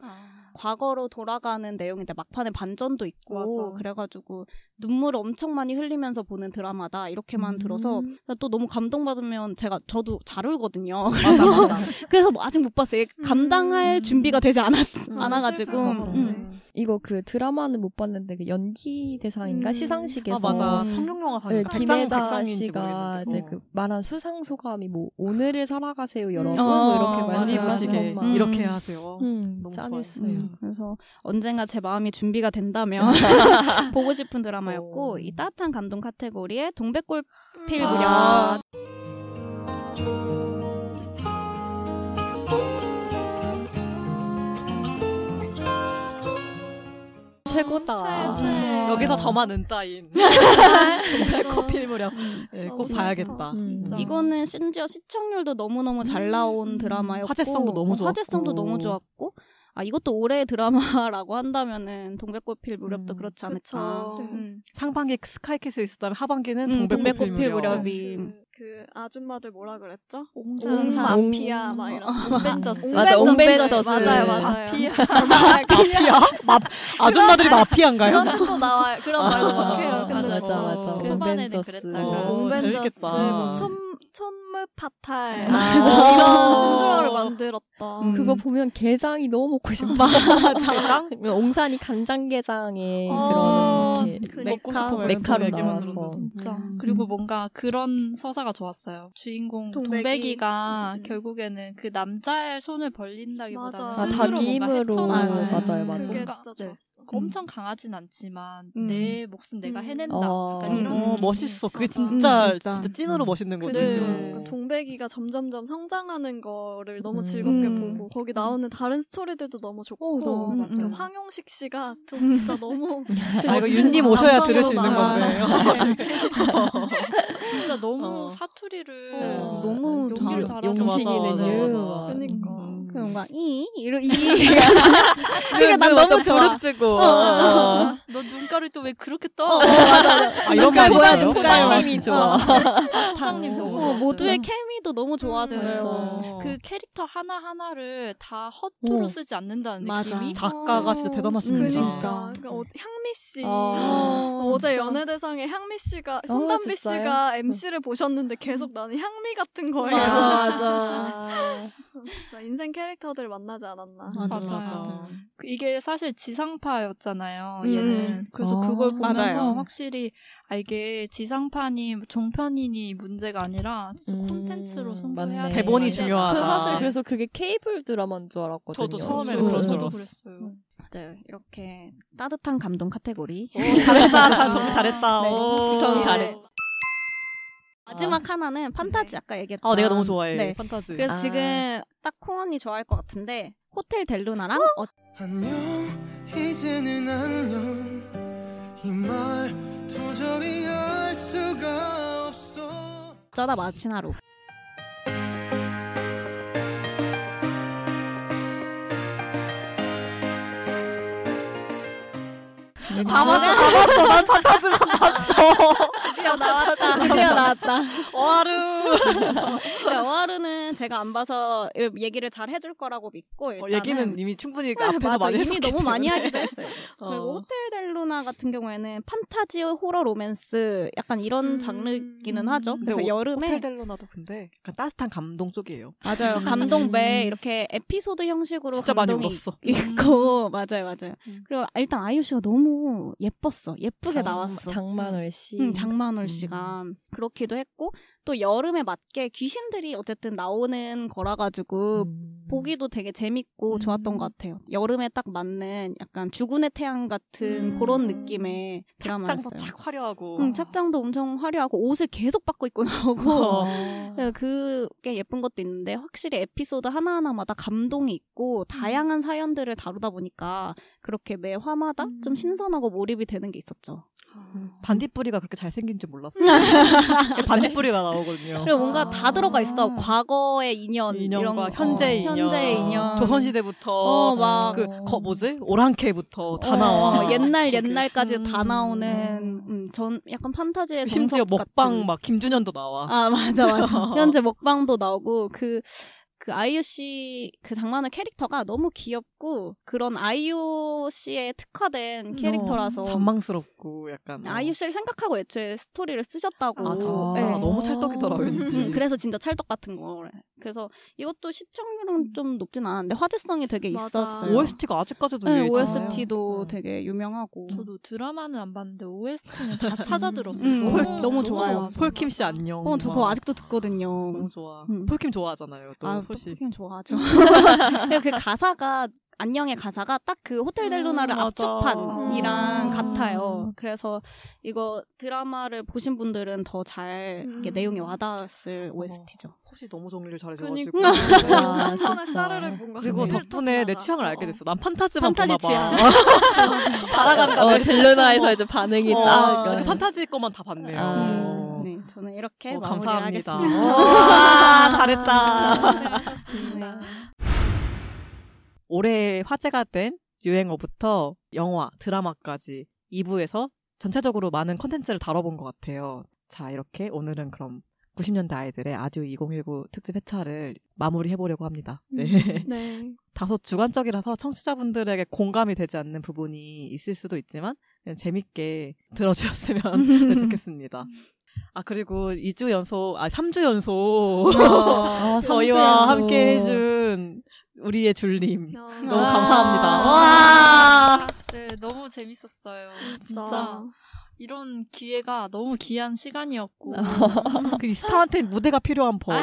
과거로 돌아가는 내용인데 막판에 반전도 있고 그래가지고 눈물 엄청 많이 흘리면서 보는 드라마다 이렇게만 들어서
음. 아,
또 너무 감동받으면 제가 저도 잘 울거든요. 그래서 그래서 뭐 아직 못 봤어요. 감당할 준비가 되지 않았 않아가지고 음.
이거 그 드라마는 못 봤는데 그 연기 대상인가
음.
시상식에서
아, 맞아.
청룡영화상
네,
백상,
김혜자
백상인지
씨가
모르겠는데. 어.
이제 그 말한 수상 소감이 뭐 오늘을 살아가세요 여러분
어,
뭐 이렇게
많이
말씀하신
보시게.
음.
것만
이렇게
하세요.
음,
너무
짠했어요.
그래서 언젠가 제 마음이 준비가 된다면 보고 싶은 드라마였고 이 따뜻한 감동 카테고리에 동백골 필 무렵
아.
최고다. 음.
여기서 저만 은따인.
아,
커피를 무려 네,
어,
꼭 봐야겠다.
음.
이거는 심지어 시청률도 너무너무 잘 나온 드라마였고
화제성도 너무
어, 화제성도
좋았고.
너무 좋았고 아 이것도 올해의 드라마라고 한다면은 동백꽃필 무렵도 그렇지 않을까
상반기 스카이캐슬 있었다면 하반기는
음,
동백꽃필
동백꽃필
무렵.
무렵이.
그 아줌마들 뭐라 그랬죠?
옹산.
옹산,
옹-
마피아 막 이런
옹벤져스.
맞아, 옹벤져스.
맞아요 맞아요
마피아.
마피아
마피아? 마, 아줌마들이 마피아인가요?
그런 뜻도 나와요 그런 말도
아,
막해요
맞아, 맞아, 맞아.
옹벤져스
옹벤져스. 어,
옹벤져스
재밌겠다.
촌 촌물 파탈
맞아.
이런
어.
신조어를 만들었다
음.
음.
그거 보면 게장이 너무 먹고 싶어.
게장?
옹산이 간장게장에
어,
그런 이렇게
그 먹고 싶어 벌써
메카로
얘기만
나와서
진짜. 그리고 뭔가 그런 서사가 좋았어요. 주인공 동백이. 가 결국에는 그 남자의 손을 벌린다기보다는
맞아.
스스로
아, 자기
뭔가
힘으로.
헤쳐나가는
맞아요, 맞아요.
그러니까 네. 그게
그게
진짜 좋았어. 그러니까 음. 엄청 강하진 않지만
음.
내 몫은 내가 해낸다. 그러니까
어,
약간
음. 아,
이런
음.
어,
느낌.
멋있어. 그게 진짜,
음,
뭐 진짜. 찐으로 멋있는 거지.
그러니까 동백이가 점점점 성장하는 거를
음.
너무 즐겁게 보고 거기 나오는 다른 스토리들도 너무 좋고
어, 맞아요.
그 황용식 씨가 또 진짜 너무
아, 이거 윤님 오셔야
감성으로
들을 수 있는
나와서.
아,
건데요.
진짜 너무 사투리를
네,
어, 음.
음.
너무
아,
연기를
잘-
잘하셔서
용식이네,
맞아, 맞아,
유.
맞아.
그러니까
그 뭔가 이 이런 이
눈,
그게 난
눈
너무
완전
좋아.
부릅뜨고.
어, 어, 어.
너 너 눈가를 또 왜 그렇게 떠?
어, 맞아, 맞아.
아,
눈깔
말
뭐야,
있어요?
눈깔님이
어.
좋아.
소장님 너무
어,
좋았어요.
모두의 케미도 너무 좋았어요.
그 캐릭터 하나 하나를 다 허투루
음.
어.
쓰지 않는다는
맞아.
느낌이
작가가 진짜 대단하십니다.
진짜. 그러니까 어, 향미 씨
아,
어, 제
진짜.
연예대상에 향미
아,
씨가 손담비
진짜요?
씨가 MC를 보셨는데 계속 나는 향미 같은 거예요.
어. 음. 맞아, 맞아.
진짜 인생 캐릭터들 만나지 않았나.
아,
음.
그 이게 사실 지상파였잖아요.
음.
얘는 그래서
아,
그걸 보면서
맞아요.
확실히 아 이게 지상파니 종편이니 문제가 아니라 진짜
음.
콘텐츠로 성공해야 돼.
아.
저 사실 그래서 그게 케이블 드라마인 줄 알았거든요.
저도 처음에는 그런 줄 알았어요.
맞아요. 이렇게 따뜻한 감동 카테고리.
어.
잘했다. 정리 잘했다.
네,
오.
정리
네.
잘했다. 마지막 하나는 판타지 아까 얘기했던.
아, 내가 너무 좋아해, 판타지.
음. 네. 그래서
아.
지금 딱 콩언니 좋아할 것 같은데 호텔 델루나랑 어?
이제는 안녕 이 말 도저히 알 수가 없어
어쩌다 마친 하루.
아, 다 봤어, 다 봤어. 난 판타지만 봤어. 드디어
나왔다. 드디어 나왔다.
어하루.
아, 네, 어하루는 제가 안 봐서 얘기를 잘 해줄 거라고 믿고
어,
일단은
얘기는 이미 충분히
네,
앞에서
그러니까 맞아.
많이
이미
했었기
너무
때문에.
많이 하기도 했어요.
어.
그리고 호텔 델루나 같은 경우에는 판타지 호러 로맨스 약간 이런 장르기는 하죠.
음. 근데
그래서
호-
여름에
호텔 델로나도 근데 약간 따뜻한 감동 쪽이에요.
맞아요. 감동 배 이렇게 에피소드 형식으로
음. 진짜 많이
감동이
울었어. 음.
있고 맞아요, 맞아요. 그리고 일단 아이유 씨가 너무 예뻤어, 예쁘게
장-
나왔어.
장만월 씨.
음.
응, 음, 장만월 씨가 그렇기도 했고 또 여름에 맞게 귀신들이 어쨌든 나오는 거라 가지고
음.
보기도 되게 재밌고 좋았던 것 같아요. 여름에 딱 맞는 약간 주군의 태양 같은 그런 느낌의 드라마였어요.
음. 착장도 착 화려하고.
아, 응, 착장도 엄청 화려하고 옷을 계속 바꿔 입고
어.
나오고 그래서 그게 예쁜 것도 있는데 확실히 에피소드 하나하나마다 감동이 있고
음.
다양한 사연들을 다루다 보니까 그렇게 매 화마다
음.
좀 신선하고 몰입이 되는 게 있었죠.
반딧불이가 그렇게 잘생긴 줄 몰랐어. 반딧불이가 나오거든요.
그리고 뭔가 다 들어가 있어. 과거의 인연, 이런
아. 인연과
거.
현재의
어,
인연,
현재의 인연.
조선시대부터
어, 막.
그 거, 뭐지 오랑캐부터 다
어,
나와. 음.
옛날 옛날까지 다 나오는 음, 전 약간 판타지의
심지어
정석
먹방
같은.
막 김준현도 나와.
아 맞아 맞아. 현재 먹방도 나오고 그. 그 아이유 씨 그 장만의 캐릭터가 너무 귀엽고 그런 아이유 씨에 특화된 캐릭터라서
어, 잔망스럽고 약간. 어.
아이유 씨를 생각하고 애초에 스토리를 쓰셨다고. 예.
아, 진짜. 너무 찰떡이더라, 왠지.
음, 그래서 진짜 찰떡 같은 거. 그래서 이것도
음.
시청률은 좀 높진 않았는데 화제성이 되게 있었어요.
OST가 아직까지도
네,
유해있잖아요. 음.
OST도 되게 유명하고.
저도 드라마는 안 봤는데 OST는 다 찾아 들었어요.
음, 폴- 너무 좋아요.
좋아서.
폴킴 씨 안녕.
어, 저 그거
막.
아직도 듣거든요.
너무 좋아. 폴킴 좋아하잖아요. 또
아, 또
소식.
폴킴
음.
좋아하죠. 그 가사가 안녕의 가사가 딱 그 호텔 델루나를
음, 맞아.
압축판이랑
음.
같아요. 그래서 이거 드라마를 보신 분들은 더 잘
음.
내용이 와닿았을
어.
OST죠.
혹시 너무 정리를 잘해줘가지고. 네.
그니까.
아,
한 번에 싸르르
뭔가
그리고
정리를
덕분에 내 취향을 알게 됐어. 난 판타지만
판타지
보나
취향.
봐. 따라간다.
어,
내
델루나에서
어.
이제 반응이
어,
딱.
이렇게 판타지 것만 다 봤네요. 음.
아.
그러니까. 네, 아, 저는 이렇게
어,
마무리를
감사합니다. 어,
하겠습니다.
와, 잘했다.
네.
음.
올해 화제가 된 유행어부터 영화, 드라마까지 2부에서 전체적으로 많은 컨텐츠를 다뤄본 것 같아요. 자, 이렇게 오늘은 그럼 90년대 아이들의 아주 2019 특집 회차를 마무리해보려고 합니다.
음,
네.
네.
다소 주관적이라서 청취자분들에게 공감이 되지 않는 부분이 있을 수도 있지만 그냥 재밌게 들어주셨으면 좋겠습니다. 아 그리고 2주 연속 아 3주 연속
아,
저희와
삼주 연속.
함께 해준 우리의 줄님 너무
아.
감사합니다. 와
네, 너무 재밌었어요.
진짜.
진짜. 이런 기회가 너무 귀한 시간이었고.
그 스타한테 무대가 필요한 법.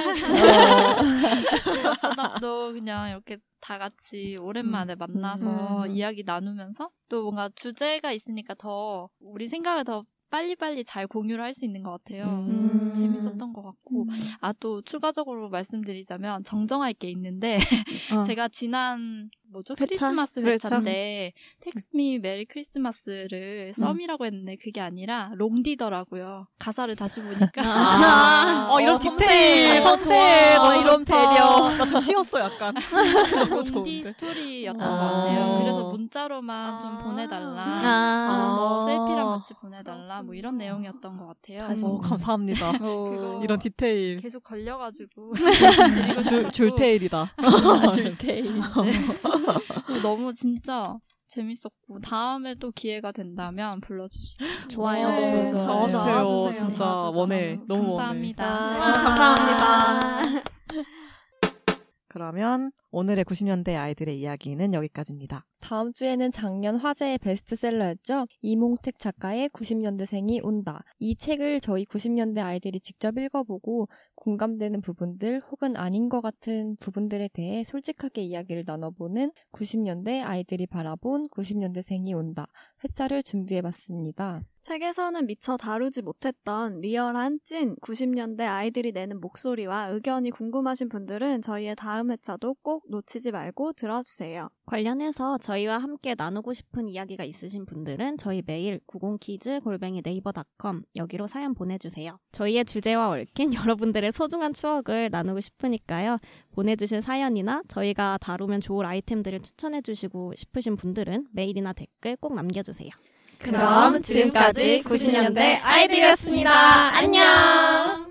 무엇보다도 그냥 이렇게 다 같이
음,
오랜만에 만나서
음.
이야기 나누면서 또 뭔가 주제가 있으니까 더 우리 생각을 더 빨리빨리 잘 공유를 할 수 있는 것 같아요.
음.
음, 재밌었던 것 같고. 아 또 추가적으로 말씀드리자면 정정할 게 있는데
어.
제가 지난 뭐죠
회차?
크리스마스
회차? 음.
회차인데 텍스미 메리 크리스마스를 썸이라고 했는데 그게 아니라 롱디더라고요 가사를 다시 보니까
아. 어, 이런 디테일, 섬세해.
좋아.
너무
이런
좋다.
배려
나 지금 쉬었어, 약간. 너무
롱디
좋은데.
스토리였던
아.
것 같아요 그래서 문자로만 좀 보내달라
아.
너
같이 보내달라 뭐 이런 내용이었던 것 같아요. 뭐
어,
뭐
감사합니다.
그거
이런 디테일.
계속 걸려가지고
줄, 줄테일이다.
아, 줄테일. 네. 너무 진짜 재밌었고 다음에 또 기회가 된다면 불러주시죠.
좋아요.
네,
좋아요.
자주세요.
좋아요.
진짜 원해. 너무
감사합니다.
원해.
아, 감사합니다.
그러면 오늘의 90년대 아이들의 이야기는 여기까지입니다.
다음 주에는 작년 화제의 베스트셀러였죠. 이몽택 작가의 90년대생이 온다. 이 책을 저희 90년대 아이들이 직접 읽어보고 공감되는 부분들 혹은 아닌 것 같은 부분들에 대해 솔직하게 이야기를 나눠보는 90년대 아이들이 바라본 90년대생이 온다. 회차를 준비해봤습니다.
책에서는 미처 다루지 못했던 리얼한 찐 90년대 아이들이 내는 목소리와 의견이 궁금하신 분들은 저희의 다음 회차도 꼭 놓치지 말고 들어주세요.
관련해서 저희와 함께 나누고 싶은 이야기가 있으신 분들은 저희 메일 90키즈 골뱅이 네이버닷컴 여기로 사연 보내주세요. 저희의 주제와 얽힌 여러분들의 소중한 추억을 나누고 싶으니까요. 보내주신 사연이나 저희가 다루면 좋을 아이템들을 추천해주시고 싶으신 분들은 메일이나 댓글 꼭 남겨주세요.
그럼 지금까지 90년대 아이들이었습니다. 안녕!